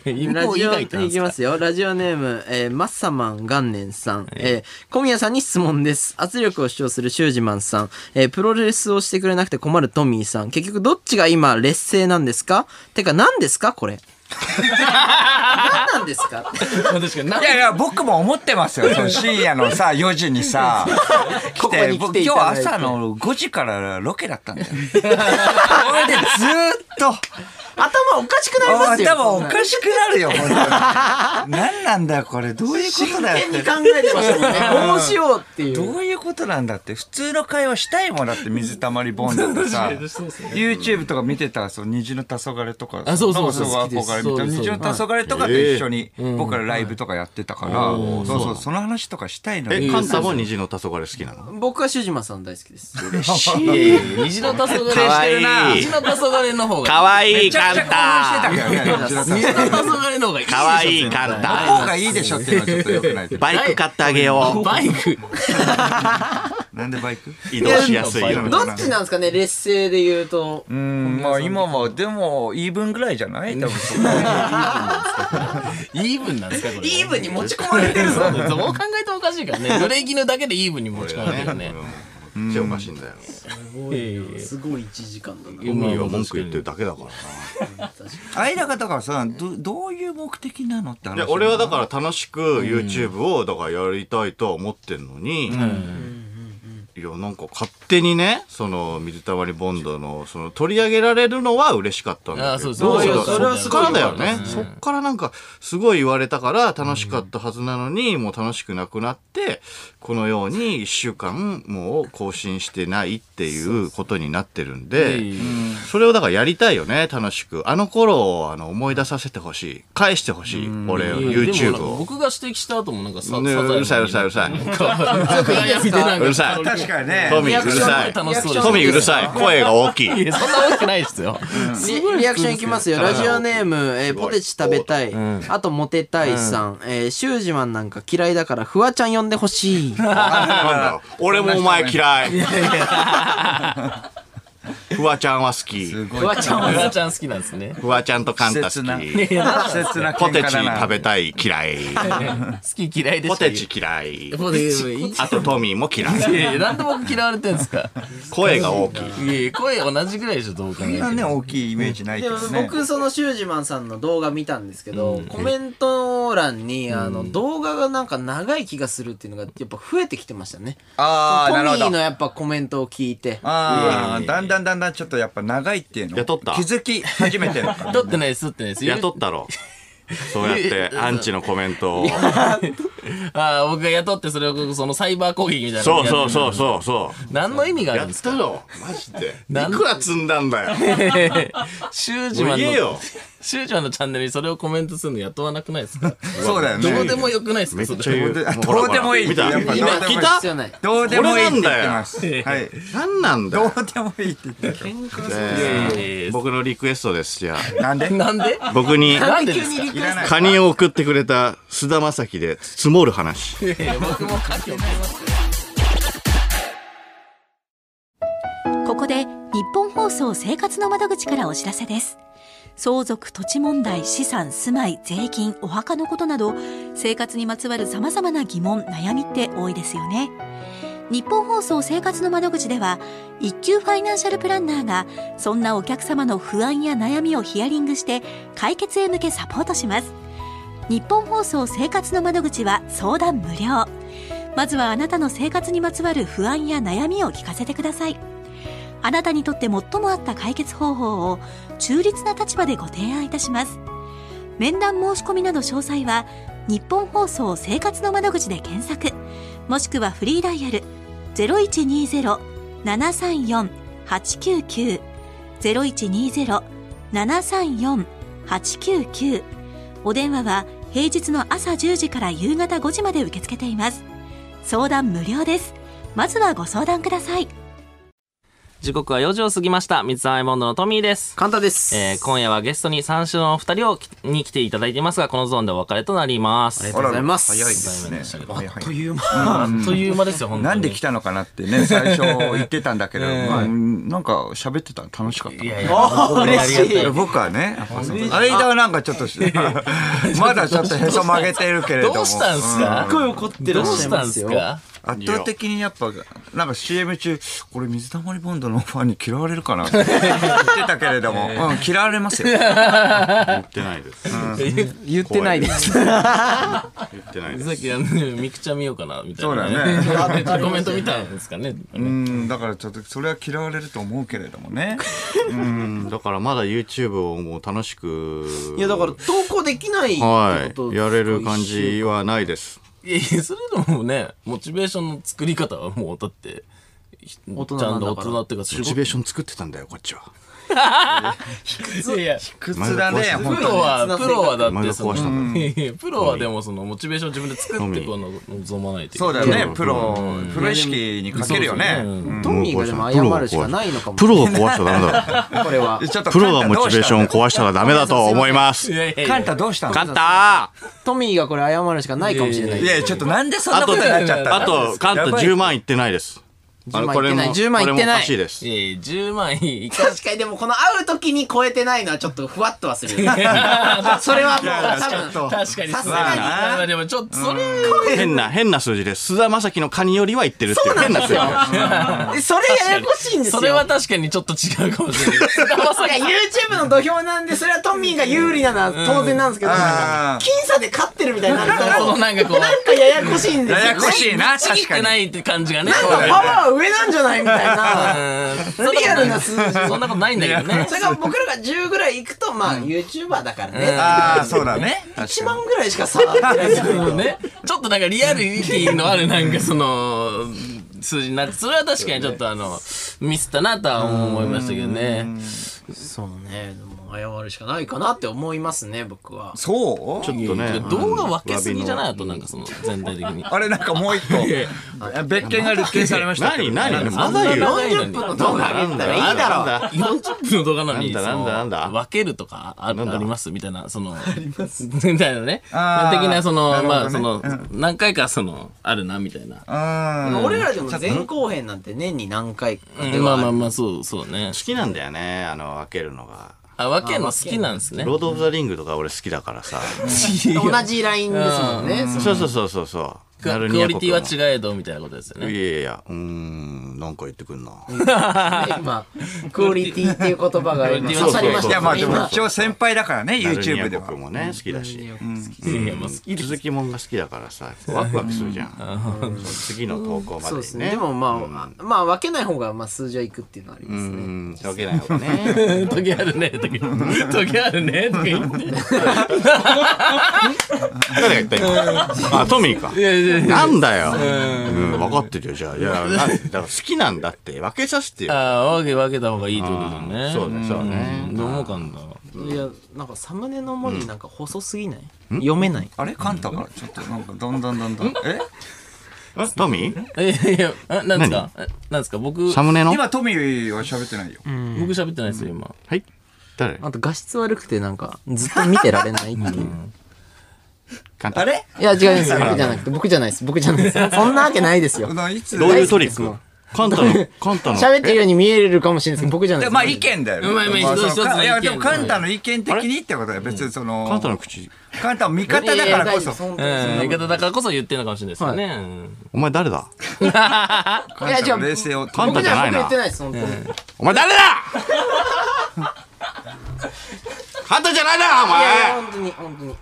陰
ラ
謀以
ジオ
外
い
ってなんで
き
すか
ますよ。ラジオネーム、えーマッサマン元年さん。えー小宮さんに質問です。圧力を主張するシュージマンさん。えープロレスをしてくれなくて困るトミーさん。結局どっちが今劣勢なんですかてか何ですかこれ。何なんですか
確かに。
しょ。いやいや、僕も思ってますよ。その深夜のさ、4時にさ、来
ここ
て、
に来
僕
ていた
今日
だいて
朝の5時からロケだった んだよ。それでずーっと。
頭おかしくなりますよ。
頭おかしくなるよ、本当に。何なんだよ、これ。どういうことだよって。
考えてましたもんね。こうしようっていう。
どういうことなんだって普通の会話したいもんだって水たまりボンドとかさ YouTube とか見てたらその虹の黄昏とか
あそうそうそう
なんかすごい憧れみた
好き
いな
です
虹の黄昏とかと一緒に僕らライブとかやってたからそうそうその話とかしたいの
え、
に
カンタも虹の黄昏好きなの
僕はシュージマンさん大好きです。
いやいやいや虹の黄昏
かわいい
虹の黄昏の方が。
かわい
めちゃくちゃ興奮してたけどね虹の黄
虹の
昏
黄昏の方がいいでしょ。
かわいい
絶対
カン
の
タ
方がいいでしょっていうのはちょっと良くないけど
バイク買ってあげよ
バイク。
なんでバイク
う。移動しやすいように。
どっちなんですかね、劣勢で言うと。
うんまあ今はでも言い分ぐらいじゃない多分そこ
イーブンなんですかこれ。
イーブンに持ち込まれてるぞ。
そう考えてもおかしいからね。ブレーキのだけでイーブンに持ち込まれてるね。
じゃおかしいんだよ。
すごい1時間だな。
海は文句言ってるだけだからな。
間がだからさどどういう目的なのって話
いや俺はだから楽しく YouTube をだからやりたいとは思ってるのに、いやなんか勝手にねその水溜りボンドのその取り上げられるのは嬉しかったんだけ
あそ
ど
うそう
だ
そうそれは
そ
す
っ
ごい
からだよ
よ
ね
かったです
そっからなんかすごい言われたから楽しかったはずなのに、もう楽しくなくなってこのように1週間もう更新してないっていうことになってるんで。それをだからやりたいよね、楽しく。あの頃をあの思い出させてほしい。返してほしい。俺を、
で
YouTube
も
を。
僕が指摘した後もなんかさ、
ねうるさいうるさいうるさい。う
う
るさい。
確かにね
トミ
リア
ーう
ク
る
ション
さい。
楽しそうです
トミーうるさい。声が大きい。
いやそんな大きくないですよ。
リリアクションいきますよ。ラジオネーム、えー
ごい
ポテチ食べたい。あと、モテたいさん。えーシュージマンなんか嫌いだから、フワちゃん呼んでほしい。
なんだろう俺もお前嫌い。フワちゃんは好き。
フワちゃんは
フワちゃん好きなんですね。
フワちゃんとカンタ好
切な
き。
切な
ポ
喧
テ
嘩
チ
だな
食べたい 嫌い。
好き嫌いでし
ポ
か言
テ
う
チ嫌い。
ポテチ。
あとトミーも嫌
い
い。
やいや、なんで僕嫌われてんですか。
声が大きい。
いやいや、声同じぐらいでしょ、どう考えて
そんな
も。
ね大きいイメージないけ
でも
どね。
僕そのシュージマンさんの動画見たんですけど、コメント欄にあの動画がなんか長い気がするっていうのがやっぱ増えてきてましたね。
あ
ト
あな
ミ
るほ
ーの
ど。
やっぱコメントを聞いて。
ああだんだんだんだんちょっとやっぱ長いっていうの
雇った
気づき始めてる のかな。
取ってないです、取ってないです。
雇ったろ。そうや ってアンチのコメントを。
ああ、僕が雇って、それを、そのサイバー攻撃みたいな。
そうそうそうそうそう。
何の意味がある
や
ん
っ
です
た
か
ろマジでい
なん
くら積んだんだよ
シュージ
も
マ
う
ン
言え
の
よ
しゅうちゃんのチャンネルにそれをコメントするの雇わなくないですか
そうだよ
ど
ね。
うでもよくないです
め
か
っ
それ
ちゃ言う。
どうで
もほ
ど
らほら
うでもいい
見た
やっぱ
今
どうでもいい
聞いた
必要ない。
どうでもいいって言ってます。
これなんだ
はい。
何なんだ
ど
よ
うでもいいって言ってます。
えー僕のリクエストですじゃ
なんで
なん で
あ僕に
なんでですか
いらない。
カニを送ってくれた菅田将暉で積もる話
ここで日本放送生活の窓口からお知らせです。相続、土地問題、資産、住まい、税金、お墓のことなど、生活にまつわる様々な疑問、悩みって多いですよね。日本放送生活の窓口では、一級ファイナンシャルプランナーが、そんなお客様の不安や悩みをヒアリングして、解決へ向けサポートします。日本放送生活の窓口は相談無料。まずはあなたの生活にまつわる不安や悩みを聞かせてください。あなたにとって最も合った解決方法を中立な立場でご提案いたします。面談申し込みなど詳細は、日本放送生活の窓口で検索、もしくはフリーダイヤル0120-734-899、0120-734-899、お電話は平日の朝10時から夕方5時まで受け付けています。相談無料です。まずはご相談ください。
時刻は4時を過ぎました。三ツアイモンドのトミーです。
簡単です。
えー今夜はゲストに三四郎のお二人をきに来ていただいていますが、このゾーンでお別れとなります。
あり
あ
がとうございます。
早いですね。早い
という間。
っという間ですよ、本当に。
なんで来たのかなってね、最初言ってたんだけど、
ええ
まあなんか喋ってたの楽しかった
い
な。
やいや、
あ嬉しい。
僕はね、間はなんかちょっとし、 まだちょっとへそ曲げてるけれども。
どうしたんすか
すっごい怒って
ど
ら
う
っし
し
ゃい
た
ま
んですす
よ。
か
圧倒的にやっぱ、なんか CM 中、これ水溜りボンドのファンに嫌われるかなって言ってたけれども、うん、嫌われますよ。
言ってないです
言ってないです。
言ってないです
さっきあのねみくちゃん見ようかなみたい
そう
な、
だね。
コメント見たんですかね。
うん、だからちょっと、それは嫌われると思うけれどもね。
うんだからまだ YouTube をもう楽しく
いやだから投稿できないってこ
は
と
いやれる感じはないです
いやいやそれでもねモチベーションの作り方はもうだってひ
大人
ちゃ
なんんだ
と大
から
人っていうか仕
モチ
事
ベーション作ってたんだよこっちは
いやいや
苦痛だね、
プ
本当
ロはプロはだっ
お前
て
が
そ
壊した
の
ん
いやいやプロはでもそのモチベーションを自分で作ってこの望まないといけ
そう
ない
だよね、プロ、プロ意識にかけるよね。
そうそう
うん
トミーがでも謝るしかないのかも。
プロが壊しちゃダメ だ
これは。
ちょっと
プロがモチベーションを壊したらダメだと思います
いやいやいや
カンタどうしたのカン
あ
トミーがこれ謝るしかないかもしれないい。
やいや、ちょっとなんでそんなことになっちゃった
あとカンタ10万いってないですあれこれも
10万いってない
これもおかしいです
いやいや10万いか
確かにでもこの会う時に超えてないのはちょっとふわっとはするよね。 それはもう多分。
確かに
さす
がに
まあでもちょっとそれ
変な変な数字です菅田将暉のカニよりはいってるっていう変な数字
えそれややこしいんですよ。
それは確かにちょっと違うかもしれない菅田将
いや YouTube の土俵なんで、それはトミーが有利なのは当然なんですけど、
あー
僅差で勝ってるみたいになると、
暉そのなんかこう
なんかややこしいんですよ。
ややこしいな、
ちぎ
確
っ
か
て
に
な。いって感じがね
なんかパワー上なんじゃないみたい な。
うん
リアルな数字
そんなことないんだけどね
それが僕らが10ぐらいいくと、まあ YouTuber だからね。
ああ、そうだね。
1万ぐらいしか差がな いですよ。
ね、ちょっとなんかリアリティのあるなんかその数字になってそれは確かにちょっとあのミスったなとは思いましたけどね
そうね。でも謝るしかないかなって思いますね、僕は。
そう
ちょっとね
動画分けすぎじゃないあとなんかその全体的に
あれ、なんかもう一個、別件が立件されましたけど。
何何
あ
ま
んな
だ言う
長いの
40
に
分の動画上げたらいいだろ。
ろ
40分の動画なのに
なんだ
その
なんだなんだ
分けるとかああ
なんだ
りますみたいなその みたいなね的
あー
なその
なる
まあそ
ほど
の
ね
何回かそのあるなみたいな
うん。
俺らでも前後編なんて年に何回かで
まあ
は
まあ
ある
まあそうそうね
好きなんだよねあの分けるのが
あ分けるの好きなんですね
ロード・オブ・ザ・リングとか俺好きだからさ
同じラインですもんね。
そうそうそうそうそう
ク
ナルニ
クオ
ア
リ
国
ティは違えどみたいなことですよね
いやいやいやうーんなんか言ってく んな
今、クオリティっていう言葉が今刺さりましたね。
いや、まあでも
今
一応先輩だからね、
ナル
YouTube
ニ
で
ア
は。
国もね好きだし
いやまあ好き
続きもんが好きだからさワクワクするじゃんそう次の投稿ま
そう
で
です
に
ね。
ね
でもまあ、まあ分けない方が、まあ数字はいくっていうのはあります
う
ね。
んわけないわ ね
時あるね時時あるねとか言って
誰が言った今あトミーか
いやいや
なんだよ。うん、分かってるよ、じゃあ。いや、なんだから好きなんだって、分けさせてよ。
ああ分け分けた方がいいってことだね
そうね、そうね。
どう思うかんだ
いやなんかサムネの文字なんか細すぎない、読めない
あれカンタがちょっとなんかどんどんどんどん。え
トミー
えいやいやあなんですかえなんですか僕
サ
僕
ムネの
今トミーは喋ってないよ。
喋ってないですよ今
はい。誰
あと画質悪くてなんかずっと見てられないっていう、
あれ
いや違います僕じゃなくて僕じゃないです僕じゃないです そんなわけないですよ
ないつ
どういうトリックカンタの、カンタの。
喋ってるように見えるかもしれないです僕じゃない
で
です
まあ意見だよね。
うんまあまあ
その
一つ一つの意見
いやでもカンタの意見的にってことは別にその
カンタの口。
カンタの味方だからこそ。
い
うん言い方だからこそ言ってるのかもしれないですよねうん
お前誰だ
や
カン
いや
タの冷静を。
カンタ
僕
じ
じ
ゃ
ゃ
な
ないい僕言っ
な
て。ないです本当に、
お前誰だカンタじゃないな、お
いやいや
前
本当に本当に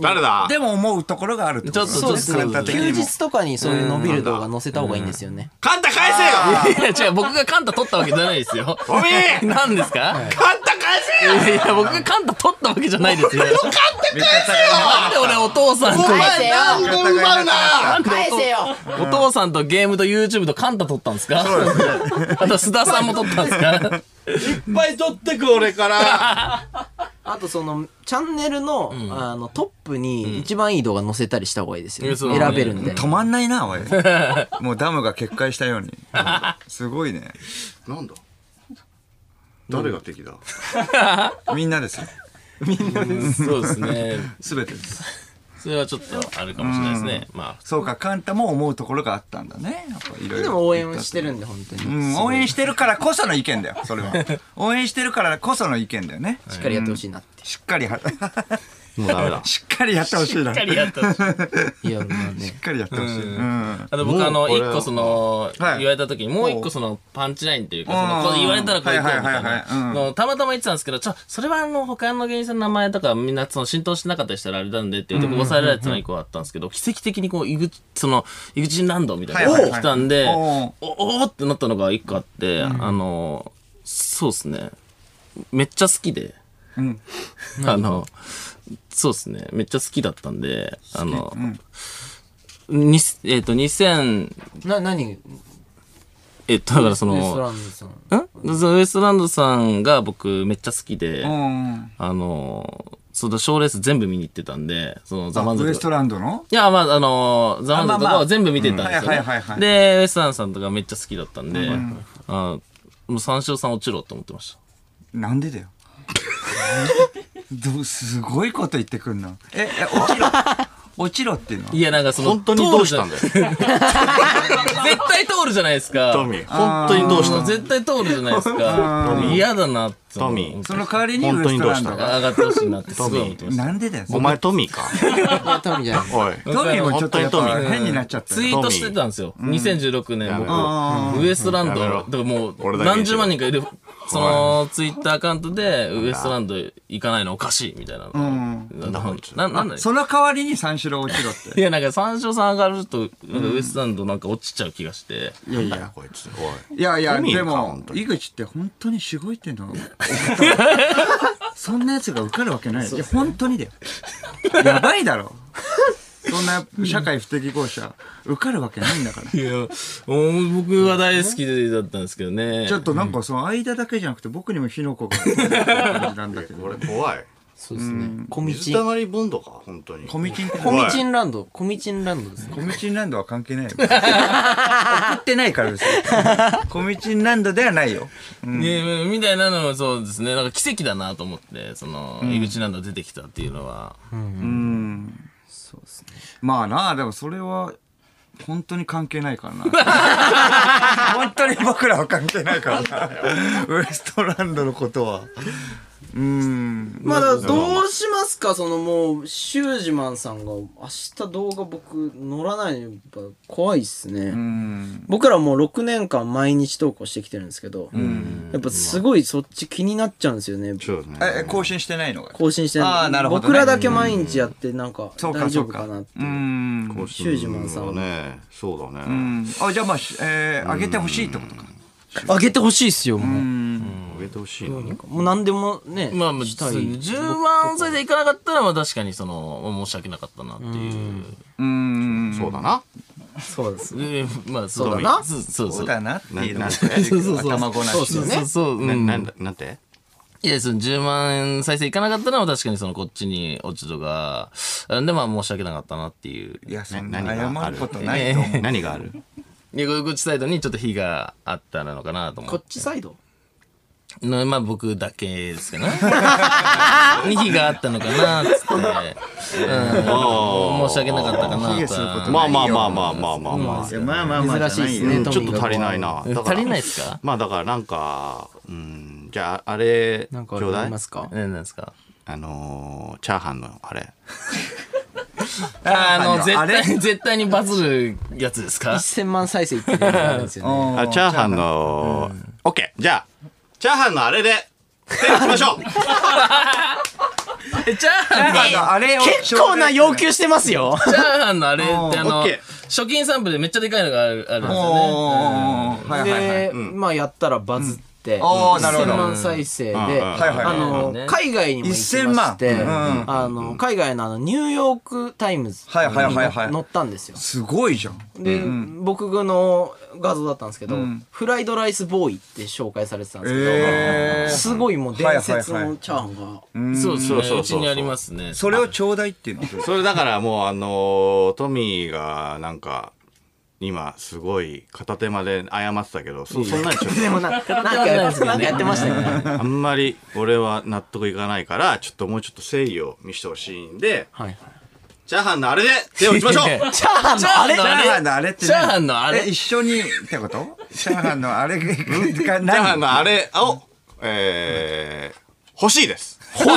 誰だ
でも思うところがあるってこと
ちょっとそうです
カンタ的
休
にも。
日とかにそういう伸びる動画載せた方がいいんですよね、
カンタ返せよ
いや違う僕がカンタ取ったわけじゃないです よ
おめえ
何ですか
カンタ返せよ
いやいや僕がカンタ取ったわけじゃないですよ
味方がいな
なんで俺お父さんと
お前
せよ
何で奪うな
なんでお父お父さんとゲームと YouTube とカンタ取ったんですかそうですねあと須田さんも取ったんですか
いっぱい取ってく俺から
あとそのチャンネルの,、あのトップに一番いい動画載せたりした方がいいですよ、
う
ね
んそうだね
選べるんで、
止まんないなおい。もうダムが決壊したように。すごいね。
なんだ誰が敵だ
みんなですよ。
そうですね
すべてです。
それはちょっとあるかもしれないですねまあ
そうかカンタも思うところがあったんだね。やっぱいろいろ。
でも応援をしてるんで本当に、
うん、応援してるからこその意見だよ、それは。 応援してるからこその意見だよね。
しっかりやってほしいなって、
しっかりは、
もうダメだ
しっかりやってほしいな。し
しっかりやったし
いやまあね
っかりやってほしい。う。
うんあと僕あの
もうこれ
一個その
はい
言われた時にもう一個そのパンチラインというか
うん
そのこう言われたらこういこうみたい
はいはいはいはいうん
なのたまたま言ってたんですけどちょそれはあの他の芸人さんの名前とかみんなその浸透してなかったりしたらあれなんでっていうとこ抑えられてたのが一個あったんですけど奇跡的にこう井口その井口ランドみたいなのが来たんで
はいはいはい
おおーってなったのが一個あってあのそうですねめっちゃ好きで
ん
あのそうですねめっちゃ好きだったんであのにえっと2000
な何
えっと、だからその、
レストランさん
んそのウエストランドさんが僕めっちゃ好きで、
うん。
あの、その賞レース全部見に行ってたんで、そのザ・マンズ
ウエ
とか
スト。ランドの
いや、まあ、あのザ・マンズと
あまあ
か
まあ
は全部見てたんですよ、ね
うんはいはいはいはい
で、ウエストランドさんとかめっちゃ好きだったんで、あもう三四郎さん落ちろって思ってました。
なんでだよ。 どうすごいこと言ってくんな。え、え落ちろ。 落ちろっていうのはい
や、なんかその、
本当にどうしたんだよ
通るじゃん絶対通るじゃないですか。
トミー本当にどうした
絶対通るじゃないですか。嫌だなって思う。
トミー
その代わりに
本
ウエ
当に
ストラン
ど
ド
う
が。
上がってほしいなってすごい思ってました。
なんでだよ。
お前トミーか
あトミーじゃない
おい
トミーもちょっとやっ
本当
ぱ
にトミー
変になっちゃった
ツ
よ。
イートしてたんですよ。2016年
めろ
僕、ウエストランド、だ
やめろ
からもう
俺だけ
何十万人かいる、そのツイッターアカウントで、ウエストランド行かないのおかしいみたいなの。なななんだ
その代わりに三四郎落ちろって。
いや、なんか三勝さん上がると、なんかウエストランドなんか落ちちゃう気がして。
いやいや。
こいつおい
いやいや、
トミー
で
か
も
本当、に
井口って本当にしごいてん のそんなやつが受かるわけない。いや、本当にだよ。やばいだろ。そんな社会不適合者、受かるわけないんだから。
いや、もう僕は大好きだったんですけどね。
ちょっとなんかその間だけじゃなくて、僕にも火の粉が来る感じなんだけど。
俺怖い
そうですねコミ
水
チン
たまりボンドか本当に
コミチン、コ
コ
ミ
ミチンランドコミチンランドですね
コミチンランドは関係ないよ。送ってないからですよ。コミチンランドではないよ。
ねみたいなのはそうですね。なんか奇跡だなと思って、その、井口ランド出てきたっていうのは。
そうですね
まあなあでもそれは本当に関係ないからな本当に僕らは関係ないからなウエストランドのことはうーん
まあだからどうしますかそのもうシュージマンさんが明日動画僕乗らないのやっぱ怖いっすね、
うん
僕らもう6年間毎日投稿してきてるんですけど、やっぱすごいそっち気になっちゃうんですよね
そうね
え更新してないのが
更新して
あーなるほどね
僕らだけ毎日やってなんか
そうか
大丈
そう
夫
か
か
う
なって
ーん
シュージマンさんは
ねそうだ
う
ね
んあじゃあまあしえー、上げてほしいってことか
上げてほしいっすよもう
うん
上げてほしいな
もう何でもね、
まあ、まあ、
したい
10万歳でいかなかったら、まあ確かにその、申し訳なかったなっていう。
うん
そうだな
そうです
えーまあ、そう
そうだな
そうそう
そ
そうう。
だなっていうのが
そう
頭ごなし
そう
で
そうそう。う
なんなんだなんて
いや、その10万円再生いかなかったのは確かにそのこっちに落ち度が、あでまあ申し訳なかったなっていう。
いやそんな
何が
謝
あ
る
る
ことないと思う
何がある
で、こういうこっちサイドにちょっと火があったのかなと思
こ
っ
っちサイド
て。のまあ僕だけですかね。に火があったのかなっつって。うん。申し訳なかったかな
卑下
と
するこ
は
と。
まあまあまあまあまあまあま
いやまあまあまあ
珍しいです
じゃな
ね
よ
あちょっと足りないなだか
足
ら
りないっすか
まあだからなんかうんじゃああれち
なんか
ょうだ
あ
い
りますか
えなんですか
あのーチャーハンのあれ
ああの、絶
あれ
対、絶対にバズるやつですか
1000万再生いってるやつあるんですよね
うん
あチャーハンのオッケーじゃあチャーハンのあれで手をつきましょう
えチャーハンの、チ
あれを
結構な要求してますよ
ャーハンのあれってあの
オッケー、
初金サンプルでめっちゃでかいのがある、あるんですよね。
おーはいはいはい
で、まあやったらバズって、
あーなるほど
1000万再生で、
んはいはい
はい
あの、
ね
海外にも行きまして、
1000万うん
あの海外のあのニューヨーク・タイムズ
はいはいはいはい
に載ったんですよ。
すごいじゃん
で、僕の画像だったんですけど、
ん
フライドライスボーイって紹介されてたんですけど、
えー
すごいもう伝説のチャーハンが、
そうですね。
そうそうそうそう
うちにありますね。
それをちょうだいっていうのはどう
それだからもうあのートミーがなんか今すごい片手間で謝ってたけどそそんなんちょっ
でもななんかなんかやってましたよね。
とあんまり俺は納得いかないからちょっともうちょっと誠意を見せてほしいんで
はい、
チャーハンのあれで手を打ち ましょう
チャーハンのあれ
チャーハンの
チャーハンのあれって
チャーハンのあれ
え一緒にってことチャーハンのあれが何チャ
チャーハンのあれを、えー、欲しいです
欲しい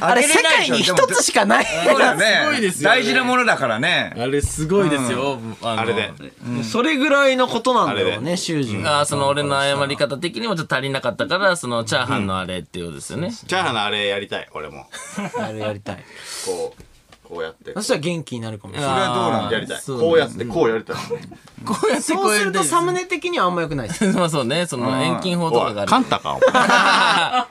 あれ世界に一つしかない。
そうだよね
すごいですよね
大事なものだからね
あれすごいですよ。あの
あれで。
それぐらいのことなんだろ
あ
う
れ
ね、習字。
あーその俺の謝り方的にもちょっと足りなかったから、そのチャーハンのあれっていうことですよね。
チャーハンのあれやりたい俺も
あれやりたい。
こうこうやって
そしたら元気になるかもしれない。
れ
はどうなん
やりたい
そう
こうやってこうやりたい
こうやってこ
そうう
やっ
する
て
と。サムネ的にはあんま良くないです。
まあそうね、その遠近法と
お
か
い
がある。
カンタかお前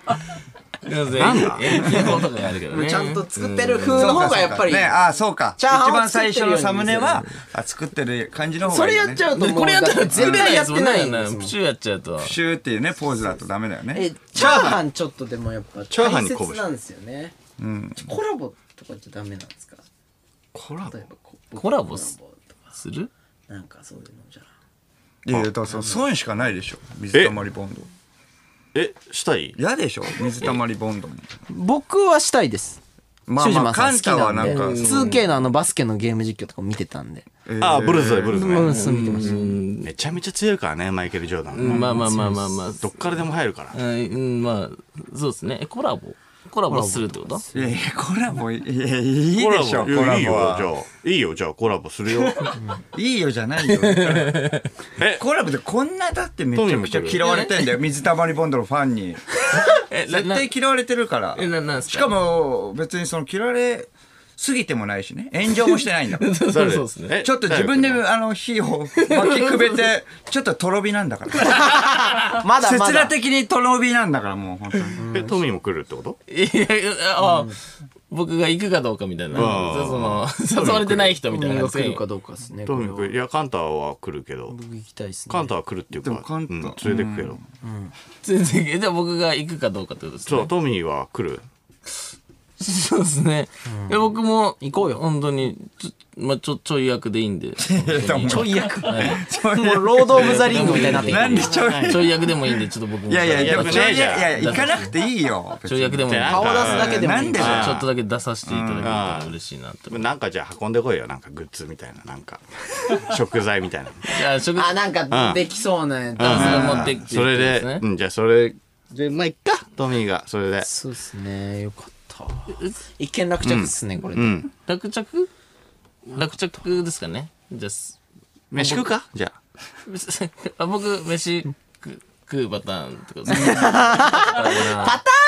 なんだ遠近法とかがあるけどね。
ちゃんと作ってる風の方がやっぱり
そうかそうかね。ああそうか
チャーハン
一
を
番
作って
最
るよ
初
うに
のサムネはあ作ってる感じの方
そ
が
れ
いいよ
や
ね
っちゃうともう。
これやったら全
絶
然
対
や
や
っ
ってて
な
ないい
ん
ん
で
ですす
もん。
もん
プシューやっちゃうと。
シューっていうねポーズだとダメだよね
え、チャーハンちょっとでもやっぱ
チャーハン
大
にこぶ
切
し
なんですよね。コラボとかじゃダメなんですか
コラボ
例えばこう
コラボす
コラボとか
する
なんかそういうのじゃない
いやいやだからそう損しかないでしょ水たまりボンド
えしたい
嫌でしょ水たまりボン ドも
僕はしたいです。
まあ
シュジ
ま
マ
あ
ンさ
カ
ん
ン
好き
タは
な
なん
で
んか
2K のあのバスケのゲーム実況とか見てたんで
あブルズアイブルズアイ
うんそう見てました
めちゃめちゃ強いからねマイケル・ジョーダン、
まあまあまあまあまあ。
どっからでも入るから、
うんうん、まあ、そうですね。えコラボコラボするってこと
いやいやコラボいやいいでしょコ
いや
ラ
いい
ボ
よじゃ
は
あいいよじゃあコラボするよ
いいよじゃないよ
え
コラボでこんなだってめちゃくちゃ嫌われてんだよ水たまりボンドのファンに
え、な
絶対嫌われてるから
えななんすか
しかも別にその嫌われすぎてもないしね炎上もしてないんだから ち
そうそうですね。
え
ょっと自分で
誰
あの火を巻きくべてちょっととろ火なんだから
まだま
刹那
だ
的にとろ火なんだからもう本当に
えトミーも来るってこと
いやいやあ、僕が行くかどうかみたいな。
うん
その、誘われてない人みたいな。
が来るかどうかですね
ト
これ
ミー来
は
るいやカンタは来るけど
僕行きたいですね
カンタは来るっていうか
でもカンタ
うん連れてくけど、
全然、えじゃあ僕が行くかどうかってことです
そう
ね。
トミーは来る
そうですね。いや僕も、
行こうよ
本当に、ちょ、まあ、ちょ、ちょい役で いいんで。
ちょい役もうロード・オブ・ザ・リングみたいになってる
なんでちょい
ちょい役でもいいんで、ちょっと僕も。
いやいやいや
よくないじゃん
いやいや行かなくていいよ
ちょい役でもいいんで。
顔出すだけでもいい
なん
か
で
ら
だよ
ちょっとだけ出させていただけたら嬉しいなって。
なんかじゃあ運んでこいよなんかグッズみたいななんか食材みたいな
じゃあ、食
あなんかできそうなやつ
それ持ってきて
それ
で
です
ね
うんじゃあそれでまあいっかトミーがそれで
そうですねよかった一見落着ですねこれ
うん
落着落着ですかねじゃあす、
飯食うかじゃあ
あ僕、飯食食うパターンってことですね
パタ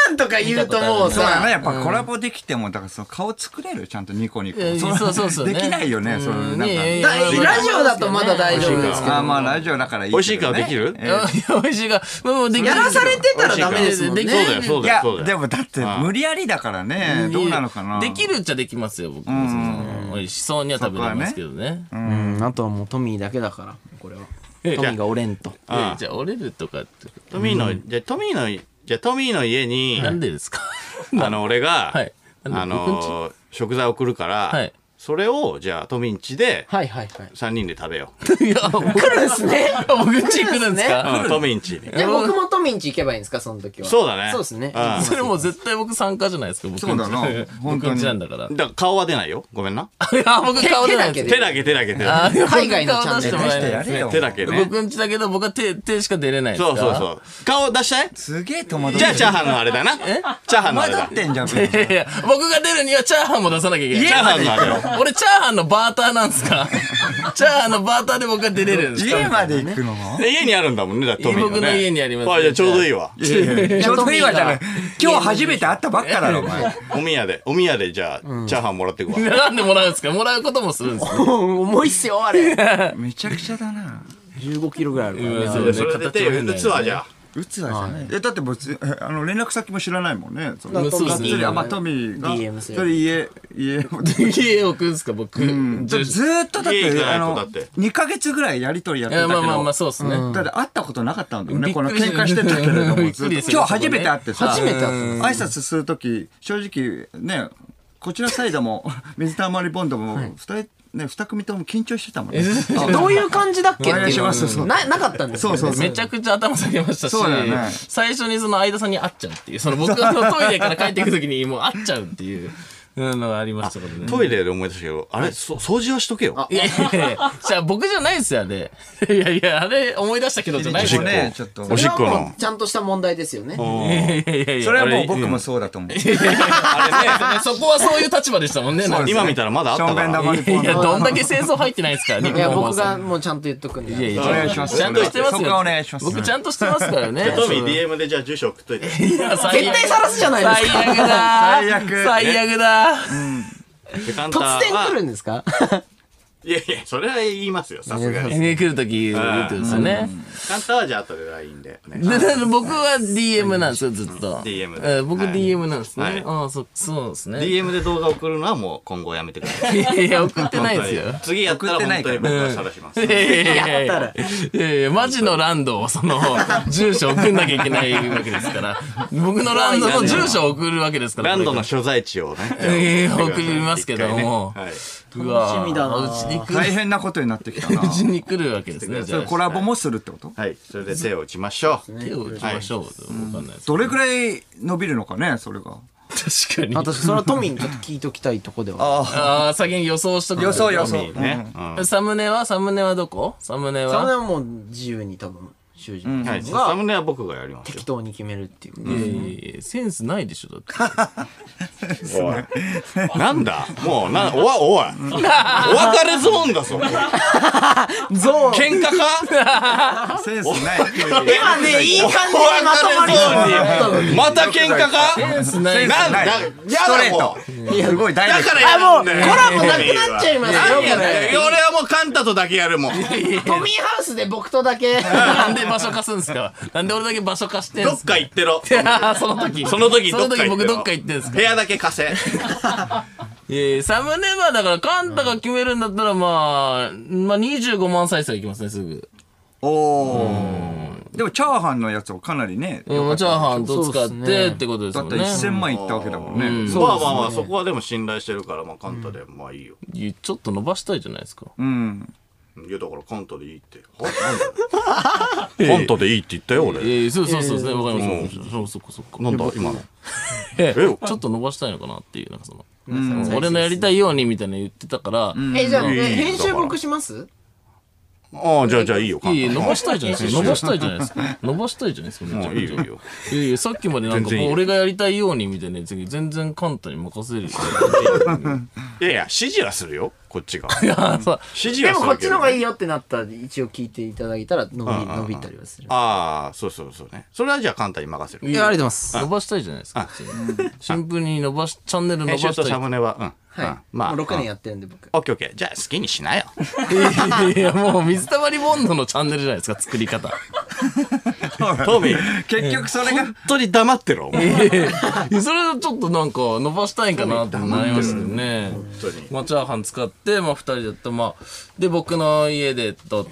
ーン
んとか言うともう
そうだね。
さ、
やっぱコラボできても、だからその顔作れるちゃんとニコニコ。
いや
の
そうそうそうね
できないよね。その
うん
なん
いやい
か
や
だいラジオだとまだ大丈夫ですけど
まあまあラジオだからいいけどね。
美味しいからできる
い
え
や美味しいが、もうでき
やらされてたらダメですもん
できる
ね
そうだよ、そう
い
だよ
や、
そうだ
で
よ。
もだって無理やりだからね。どうなのかな。
できるっちゃできますよ、僕も。その美味しそうには食べれますけどね。
うんあとはもうトミーだけだからこれはトミーが折れんと
うん
えじゃあ折れるとかって、
トミーの、じゃあトミーの、じゃあトミーの家に、
なんでですか
あの、俺が、
はいなんで
あのー、食材送るから、
はい
それを、じゃあトミーん家で、
はいはいはい
3人で食べよ
いや、来るんすね。 僕んち来るんです
う。
か
うんトミーん家に。
じゃあ僕もトミーんち行けばいいんですかその時は
そうだね。
そうですね
ん
それもう絶対僕参加じゃないですか、僕んち。
そうだな本当に
僕んちなんだから。い
だから顔は出ないよ。ごめんな。
や、僕顔出ないです
手だけで
手だけ手だけ手だ
あー
海外のチ
僕
ャンネル
顔出してもらえない
やれ
け。
よ。
手だけね。
僕んちだけど僕は手、手しか出れないですか
そうそう
う。
そう。顔出したい
すげえ戸惑ってる
じゃあチャーハンのあれだな。チャーハ
戸
ンのあれ
惑
だ
っ。てんじゃん。
いやいや、僕が出るにはチャーハンも出さなきゃいけない。
チャーハンのあれだ。
俺チャーハンのバーターなんすか チャーハンのバーターで僕は出れるんですか
家まで行くのも
え家にあるんだもんね、だってトミー
僕の家にあります
あ、じゃあちょうどいいわ。
ちょうどいいわじゃない。今日初めて会ったばっかだろ、お前。
おみやで、おみやでじゃあ、チャーハンもらってくわ。
なんでもらうんですかもらうこともするんですね。
重いっすよあれ
めちゃくちゃだな。
15キロぐらいあるからね
そう
それで手打つわ、じゃあ。
打つわじゃない。えだって別に えあの連絡先も知らないもんね。その
まあそうですね
がっつりあまあトミーが
DM する
それ家家を
家送るんですか僕。 じゃあい
ずーっとだっ
家行
て
かない
あ
と
の
だって
2ヶ月ぐらいやりとりやってた
や、
け
ま
ど。
あまあまあ、そうですね。
だって会ったことなかったんだよ
びっ
ね。
く
この
りす
喧
る
嘩してたけれ ど
び
も、
っ
ず
くり
っと
ですよ
今日初めて会ってさ、
初めて会った
挨拶するとき、正直ね、こちらサイドも 水溜りボンドも二人ね二組とも緊張してたもんね。
あどういう感じだっけっ
お
て
願い
い
します
うななかったんですよね
そうそうそう
めちゃくちゃ頭下げましたし、
そうだよね
最初にその相田さんに会っちゃうっていう、その僕がそのトイレから帰っていくときにもう会っちゃうっていううんのがありましたからね。
トイレで思い出したけど、あれ、そ掃除はしとけよ。
いやいやいや、じゃあ僕じゃないですよ、あれ。いやいや、あれ思い出したけどじゃないです
一
よ
応。ね、ちょっと。
おしっこ
それはも
の
う。ちゃんとした問題ですよね
いやいやいやいや
それはもう僕もそうだと思う。
あれねそこはそういう立場でしたもんね。なんか
今見たらまだあった
正
か
面
ら。
玉に
い
ポ
や
ン
いや、
と。
どんだけ戦争入ってないですから、日
いや
本放
僕
送
がもうちゃんと言っとくんで
いやいや、
お願いします
ちゃんとしてますよ。
そこはお願いします
僕ちゃんとしてますからね。
トミー DM でじゃあ住所送っといて。
いや、最
絶
悪
対さらすじゃないですか
最悪だ。
最悪
最悪だ。
セカンター
突然来る
は。
んですか
いやいや、それは言いますよ、さすがに。
ね、来るとき言うってことですよね。
セカンターはじゃあ後で LINE で。ね
でで僕は DM なんですよ、ずっと。
DM
えー僕
はい
DM なんです
はい
ね。ああ、そそうですね。
DM で動画送るのはもう今後やめてください。
いやいや、 送ってないですよ。
次やったら本当に僕は晒します。
いやいやいやいやいやマジのランドを その住所送んなきゃいけないわけですから僕のランドの住所を送るわけですから
ランドの
こ
所在地をね。
ええ送りますけども
一回ねはい。
れからうわ
楽しみだな
うちに来
大
る
変なことになってきたな
う。ちに来るわけですねじ
そ
ゃ
れコラボもするってこと
はい、それで手を打ちましょう。
あ手を打ちましょうわかんないです
どれぐらい伸びるのかね、それが。
確かに
私それはトミーにちょっと聞いときたいとこでは
あ
ああ先に予想しとく
予想予
い
想。
いね。うん
サムネはサムネはどこサムネ
それ
は
はもう自由に多分修士
はい、
君
サ
が
ムネは僕がやりますよ
適。当に決めるっていう
いやいやいやセンスないでしょだって
なんだもう、な、おわ、おい。お別れゾーンだぞ。
ゾーン
喧嘩か
センスない。
今ねいい感じ
お
にまとまりそう
別れゾーンに。また喧嘩か
センスない
なんだ、
ない
や
スト
だ
レ
もう。
ート。すごいダイレ
だ
クト
からや
もう
る
コ
んだよ
ラボなくなっちゃいますよ
何や
これ
ねん俺はもうカンタとだけやるもん。
トミーハウスで僕とだけ
なんで場所貸すんですかなんで俺だけ場所貸してんす
どっか行ってろ。
その時。
その時どっか行ってろ
僕どっか行ってんすか
部屋だけ貸せ。
いやいやサムネはだから、カンタが決めるんだったら、まあ、まあ25万再生いきますね、すぐ。
おーでもチャーハンのやつをかなりね、
うん、まあチャーハンと使っ
そうっす
て
ね
ってことです
だ
も
っ
ん
た
ね。
ら1000万いったわけだもんね。
まあまあまあ、そこはでも信頼してるから、まあカンタで、まあいいよ。
いやちょっと伸ばしたいじゃないですか。
うん。
いやだからカンタでいい って。はなんだよカンタでいいって言ったよ、俺。
ええ、そうそうそうですね、わかります。そうそうかそうか。
なんだ今の。
え
え
ちょっと伸ばしたいのかなっていう、なんかその、うん俺のやりたいようにみたいなの言ってたから、
えじゃあ
いい
え
いい
編集僕します
ああ、じゃあじゃあいいよ、カ
い
ンタ
やいや伸ばしたいじゃないですか。伸ばしたいじゃないですか。伸ばしたいじゃないですか。めちゃ
もう
く
いい
ち
よ
ゃ
いいよ。
いやいや、さっきまでなんか
全然い
もう
いよ
俺 がやりたいようにみたいなやつ全然カンタに任せる。
いやいや、指示はするよ、こっ ちが。
あそう
指示
で
は
も
す
こ
る
っ
け
ち
ど
の方がいいよってなったら一応聞いていただいたら伸び伸びたりはする
ああ、そうそうそうね。それはじゃあ簡単に任せる。
いやありがとうございます
伸ばしたいじゃないですか。シンプルに伸ばし、チャンネル伸ば
編集
し
とサ
た
ムネは、うん。うん
はい
まあ、
もう6年
や。
やってるんで僕
オッケーオッケー。じゃあ好きにし なよ。
い。いや、もう水溜りボンドのチャンネルじゃないですか、作り方。
トミー、
結局それが
本当に黙ってろ、お前
いやそれちょっとなんか伸ばしたいんかなってなりますよね。まあチャーハン使って、まあ二人でやって、まあ、で、僕の家で撮って、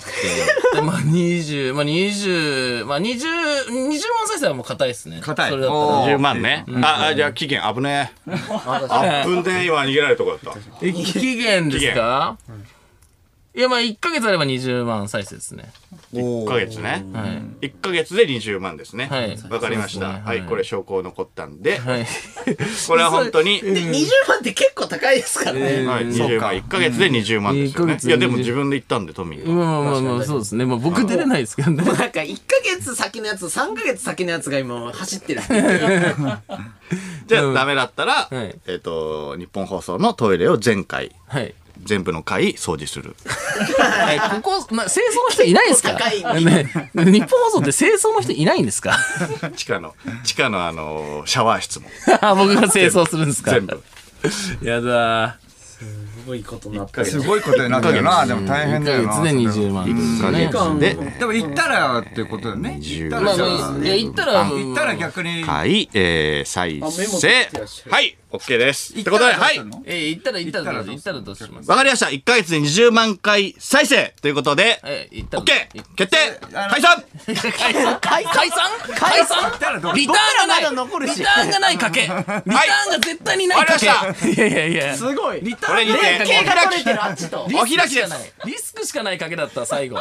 で、まあ20、まあ20、まあ20、20万再生はもう硬いですね。
硬い
それだったら。
10万ね。あ、あじゃあ期限危ね え。あ、分で今逃げられるとこだった。
え期限ですかいや、まあ1ヶ月あれば20万再生ですね。
1ヶ月ね。
はい。
1ヶ月で20万ですね。
はい
わかりま
そ
し
うで
た。
すね
は、
はいい
これ証拠残ったんで、
はい。
これは本当に。
で20万って結構高いですからね
はい、20万。1ヶ月で20万ですよ
一ヶ
ね。
月
い
で
や、でも自分で言ったんで、トミーが。
まあまあまあ、そうですね。まあ僕出れないですけどね。
なんか1ヶ月先のやつ3ヶ月先のやつが今走ってる
じゃあ、ダメだったら、
はい
えっ、と、日本放送のトイレを全回、
はい。
全部の回掃除する。
はいここ、な清掃の人いないですか
結構高い
ね日本放送って清掃の人いないんですか
地下の、地下のあのーシャワー室も。
僕が清掃するんですか
全部。
やだ
すごいことになって
すごいことになってるなでも大変
1
だよな
ヶ月で20万ですよね。
1ヶ月で、
でも行ったらってことだよね
20
行った
ま
ら
あ
じゃ
ま
あ
あ、いや、行ったら、
行ったら逆に
はい、えー、再生。はい、OK です。って
行
こ
っ
と
たら
で、
どう
はい。
すんの
わ
えー、行ったら、行ったらどうぞ、
行
行
っ
ったた
ら
ら
ど
ど
う
う
す
し
る
ます
かりました。1ヶ月で20万回再生ということで、
えー、行ったら。
OK! 決定解散
解散解散解散
たらどう
リターンが
僕らま
な
だ残る
い
し
リターンがない賭けリターンが絶対にない賭け、
わかりま
いやいやいや。
すごいリタ
これにて、
系が取れてるあっちと
お開き
し
で
かない
す。
リスクしかない賭けだった、最後。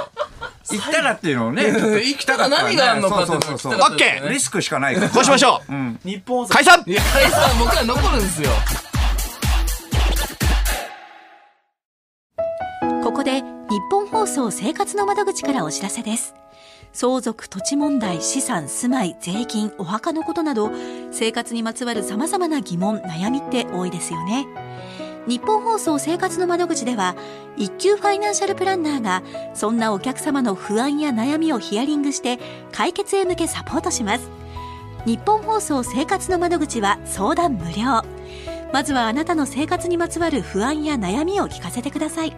行ったらっていうのをねちょっ と 行きたかったよ
何
ね
があんのかって
そ
いうう
そう
の
そう
たかったですね
リスクしかないから
こうしましょう、
日本放送
解散
いや、解散僕ら残るんですよ。
ここで日本放送生活の窓口からお知らせです。相続、土地問題、資産、住まい、税金、お墓のことなど、生活にまつわる様々な疑問、悩みって多いですよね。日本放送生活の窓口では、一級ファイナンシャルプランナーが、そんなお客様の不安や悩みをヒアリングして、解決へ向けサポートします。日本放送生活の窓口は相談無料。まずはあなたの生活にまつわる不安や悩みを聞かせてください。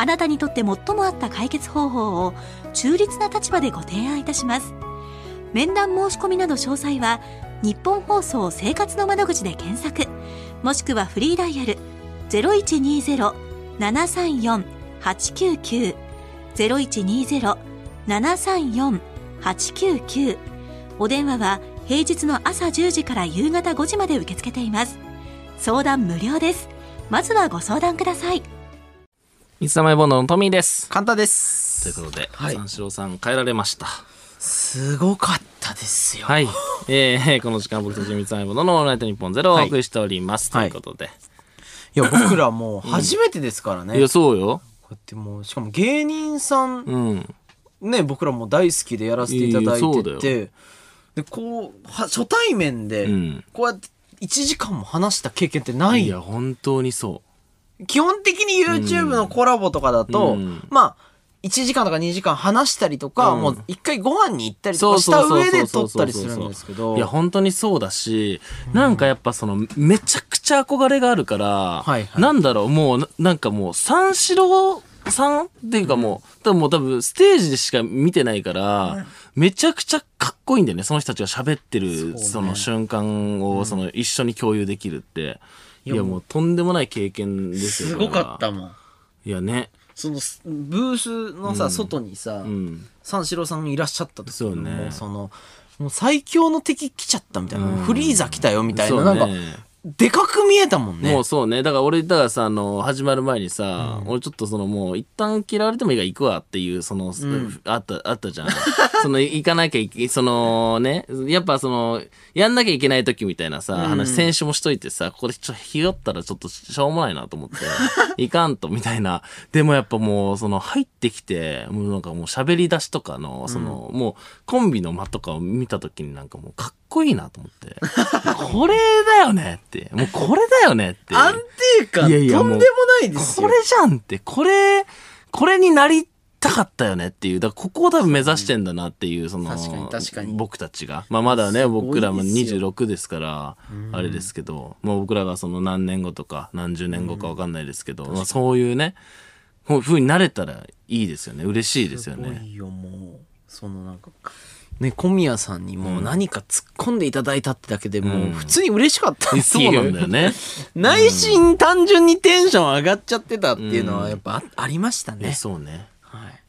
あなたにとって最も合った解決方法を中立な立場でご提案いたします。面談申し込みなど詳細は、日本放送生活の窓口で検索、もしくはフリーダイヤル0120-734-899、0120-734-899、お電話は平日の朝10時から夕方5時まで受け付けています。相談無料です。まずはご相談ください。
水溜りボンドのトミーです。
簡単で
とい
す
うことで、
はい
三四郎さん帰られました。
すごかったですよ
はい。えー、 この時間僕たち三つ編み物のオールナイトニッポンゼロをお送りしております。
はい
ということで。
いや僕らもう初めてですからね、
いや、そうよ。
こうやってもうしかも芸人さん
うん。
ね僕らも大好きでやらせていただ
いやそうだ
いて
よ
てでこうは初対面で
うん
こうやって1時間も話した経験ってない
い
よ
や、本当にそ
基本的に YouTube のコラボとかだと、
うん
まあ1時間とか2時間話したりとか、
うん
もう1回ご飯に行った
う。
りと
そ
か
う
した
そう
上
そ
で
うそ
撮
う
った
そう
りするんですけど
いや、本当にそうだし、なんかやっぱその、めちゃくちゃ憧れがあるから、
はいはい
なんだろう、もうな、なんかもう、三四郎さんっていうかもう、多分もう多分ステージでしか見てないから、めちゃくちゃかっこいいんだよね、その人たちが喋ってる、そ,、の瞬間を、その、一緒に共有できるって。いや、もう、とんでもない経験ですよ
すごかった。もん
いやね。
そのすブースのさ、外にさ、
うん。
三四郎さんいらっしゃった時
そうね
もうそのもう最強の敵来ちゃったみたいな、フリーザ来たよみたい
そ
な、
う
な
ね
んかでかく見えたもんね
もうそうね。だから俺、だからさ、あの、始まる前にさ、俺ちょっとそのもう、一旦嫌われてもいいから行くわっていう、その、あった、あったじゃん。 その、行かなきゃいけ、そのね、やっぱその、やんなきゃいけない時みたいなさ、話、選手もしといてさ、ここでちょっとひよったらちょっとしょうもないなと思って、 いかんと、みたいな。でもやっぱもう、その、入ってきて、もうなんかもう喋り出しとかの、その、もう、コンビの間とかを見た時になんかもう、かっこいいなと思って。これだよねって。もうこれだよねって。
安定感
いやいや
とんでもないです
こ
よ
れじゃんって、これ、これになりたかったよねっていう、だからここを多分目指してんだなっていう、その、
確かに確かに
僕たちが。まあまだね、
ごいですよ
僕らも26ですから、あれですけど、もう僕らがその何年後とか何十年後かわかんないですけど、まあそういうね、こういう風になれたらいいですよね。嬉しいですよ
すご
ね。
いよもうそのなんかね小宮さんにもう何か突っ込んでいただいたってだけでもう普通に嬉しかったっていう、
そうなんだよ ね。
内心単純にテンション上がっちゃってたっていうのはやっぱあ,、りましたね
そうね。
はい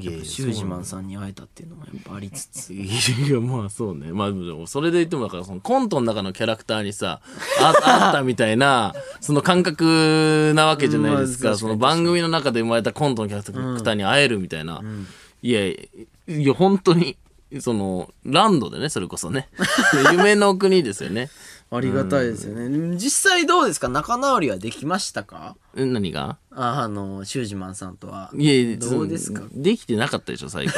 いやいや
シュージマンさんに会えたっていうのもやっぱありつつ
いや、まあそう ね。まあでも、それで言っても、だから、そのコントの中のキャラクターにさ、 ああったみたいな、その感覚なわけじゃないですか。
まあ確か
そ
に
の番組の中で生まれたコントのキャラクターに会えるみたいな。いやいや、いや、本当に、その、ランドでね、それこそね。 夢の国ですよね。
ありがたいですよね、実際どうですか仲直りはできましたか
え何が
ああのシュージマンさんとはい
やいや、
どうですか
そのできてなかったでしょ、最 後。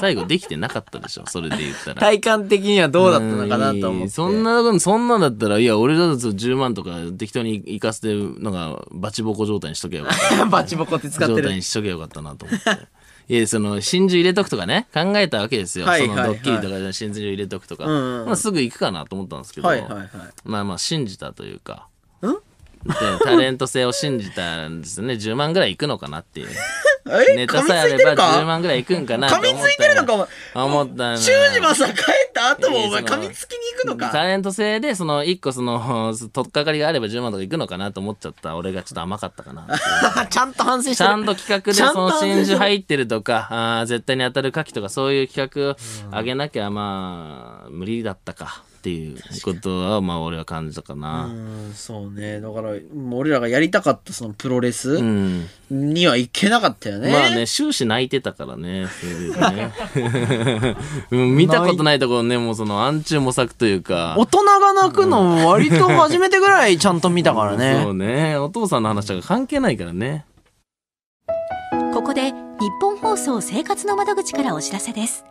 最後できてなかったでしょ、それで言ったら。
体感的にはどうだったのかなと思っ
うん
て
そんな、そんなんだったら、いや、俺だと10万とか適当に行かせて、なんか、バチボコ状態にしとけよかっ
バチボコ って使
た。
って
状
る
態にしとけよかったなと思って。 いや、その、真珠入れとくとかね、考えたわけですよ。
はいは
そ
い
の、ドッキリとかで真珠入れとくとか。
んうんうん
まあ、すぐ行くかなと思ったんですけど、
はいはいはい
まあまあ、信じたというか。でタレント性を信じたんですね。10万ぐらい行くのかなっていう。
え
ネ
噛
タ
みつ
さえあ
い
れ
てる
ば10
か
万ぐらいいくんかな
噛みついてるのかお前
お前思ったな
シュージマンさん帰った後もお前
いやその
噛みつきに行くの
タ
か
レント制でその1個その 取っかかりがあれば10万とかいくのかなと思っちゃった俺がちょっと甘かったかな
ちゃんと反省し
ち
て
ゃん
る
と企画で
ちゃん
そ
と
の
反省してる
真珠入ってるとかあー絶対に当たる牡蠣とかそういう企画を上げなきゃまあ無理だったかっていうことはまあ俺は感じたか
う
な。
んそうねだからもう俺らがやりたかったそのプロレス
うん
には行けなかったよね、
まあね、終始泣いてたからね、それでね うん見たことないところね、もうその暗中模索というか。
大人が泣くの割と初めてぐらいちゃんと見たからね
そうね、お父さんの話とか関係ないからね。
ここで日本放送生活の窓口からお知らせです。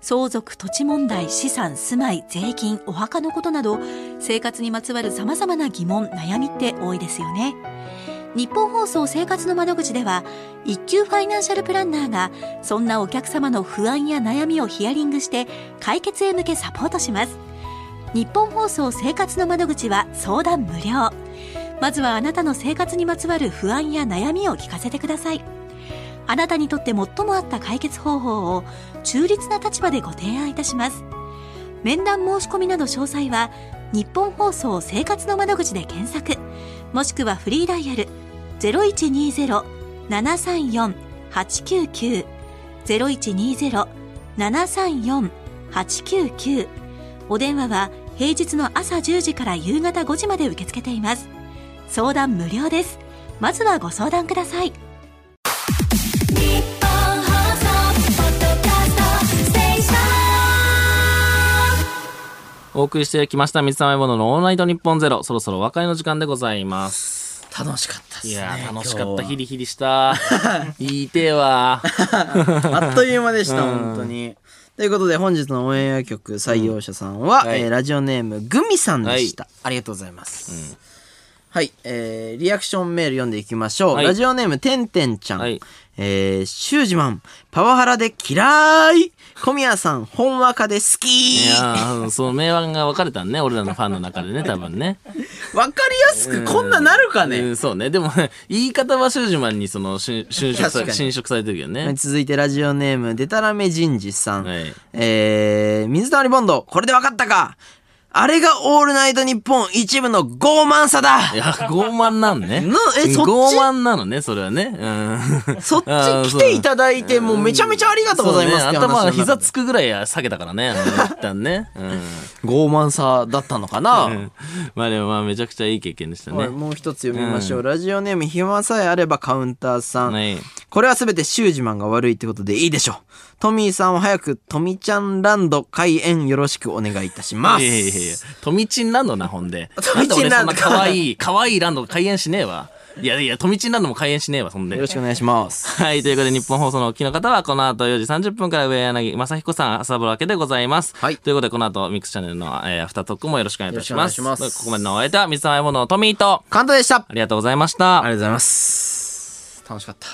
相続、土地問題、資産、住まい、税金、お墓のことなど、生活にまつわる様々な疑問、悩みって多いですよね。日本放送生活の窓口では、一級ファイナンシャルプランナーが、そんなお客様の不安や悩みをヒアリングして、解決へ向けサポートします。日本放送生活の窓口は相談無料。まずはあなたの生活にまつわる不安や悩みを聞かせてください。あなたにとって最も合った解決方法を中立な立場でご提案いたします。面談申し込みなど詳細は、日本放送生活の窓口で検索、もしくはフリーダイヤル0120-734-899、0120-734-899お電話は平日の朝10時から夕方5時まで受け付けています。相談無料です。まずはご相談ください。
日本放送ポッドキャストステーション
お送りしてきました、水溜りボンドのオールナイトニッポンゼロ、そろそろお別れの時間でございます。
楽しかったです
い
ね
やー、楽しかった、ヒ
今
リヒリ した。言いてえわ。
日 はあっという間でした本当にということで本日のオンエア曲採用者さんは、
うんはい
えーラジオネームグミさんでした、ありがとうございます、はい、えーリアクションメール読んでいきましょう、
はい
ラジオネームてんてんちゃん、
はい
えー、シュージマンパワハラで嫌い小宮さん本わかで好き
いやー、その名盤が分かれたんね、俺らのファンの中で ね、多分ね。
わかりやすくこんななるかね、
うんそうね。でも、ね、言い方はシュージマンにその、しゅ侵食
確か
さ侵
に
食されてるけど
はい
ね。
続いてラジオネームでたらめ人事さん、
はい
えー、水溜りボンドこれで分かったかあれが「オールナイトニッポン」一部の傲慢さだ
いや、傲慢なんね。
なえそっち
傲慢なのね、それはね。うん。
そっち来ていただいてもうめちゃめち ゃありがとうございます
そう
って
ね、
話の
頭
中
が
で
膝つくぐらい下げたからね、あの一旦ね。うん。
傲慢さだったのかな、
うんまあでもまあめちゃくちゃいい経験でした
はい
ね。
もう一つ読みましょう、ラジオネーム暇さえあればカウンターさん、
はい。
これは全てシュージマンが悪いってことでいいでしょうトミーさんを早くトミちゃんランド開園よろしくお願いいたします
いやいやいや、トミチンランドな、ほんで。
トミチンランド
なんで俺そんな可愛い、可愛いランド開園しねえわ。いやいや、富地になるのも開演しねえわ、そんで
よろ。しくお願いします。
はい。ということで、日本放送のお聞きの方は、この後4時30分から上柳正彦さん、朝ぼらけでございます。
はい
ということで、この後、ミックスチャンネルの、えー、アフタートークもよろしくお願いいたします。
よろしくお願いします
ここまでのお相手は、水溜りボンドのトミーと、
カントでした。あり
ありがとうございました
がとう。ございます。楽しかった。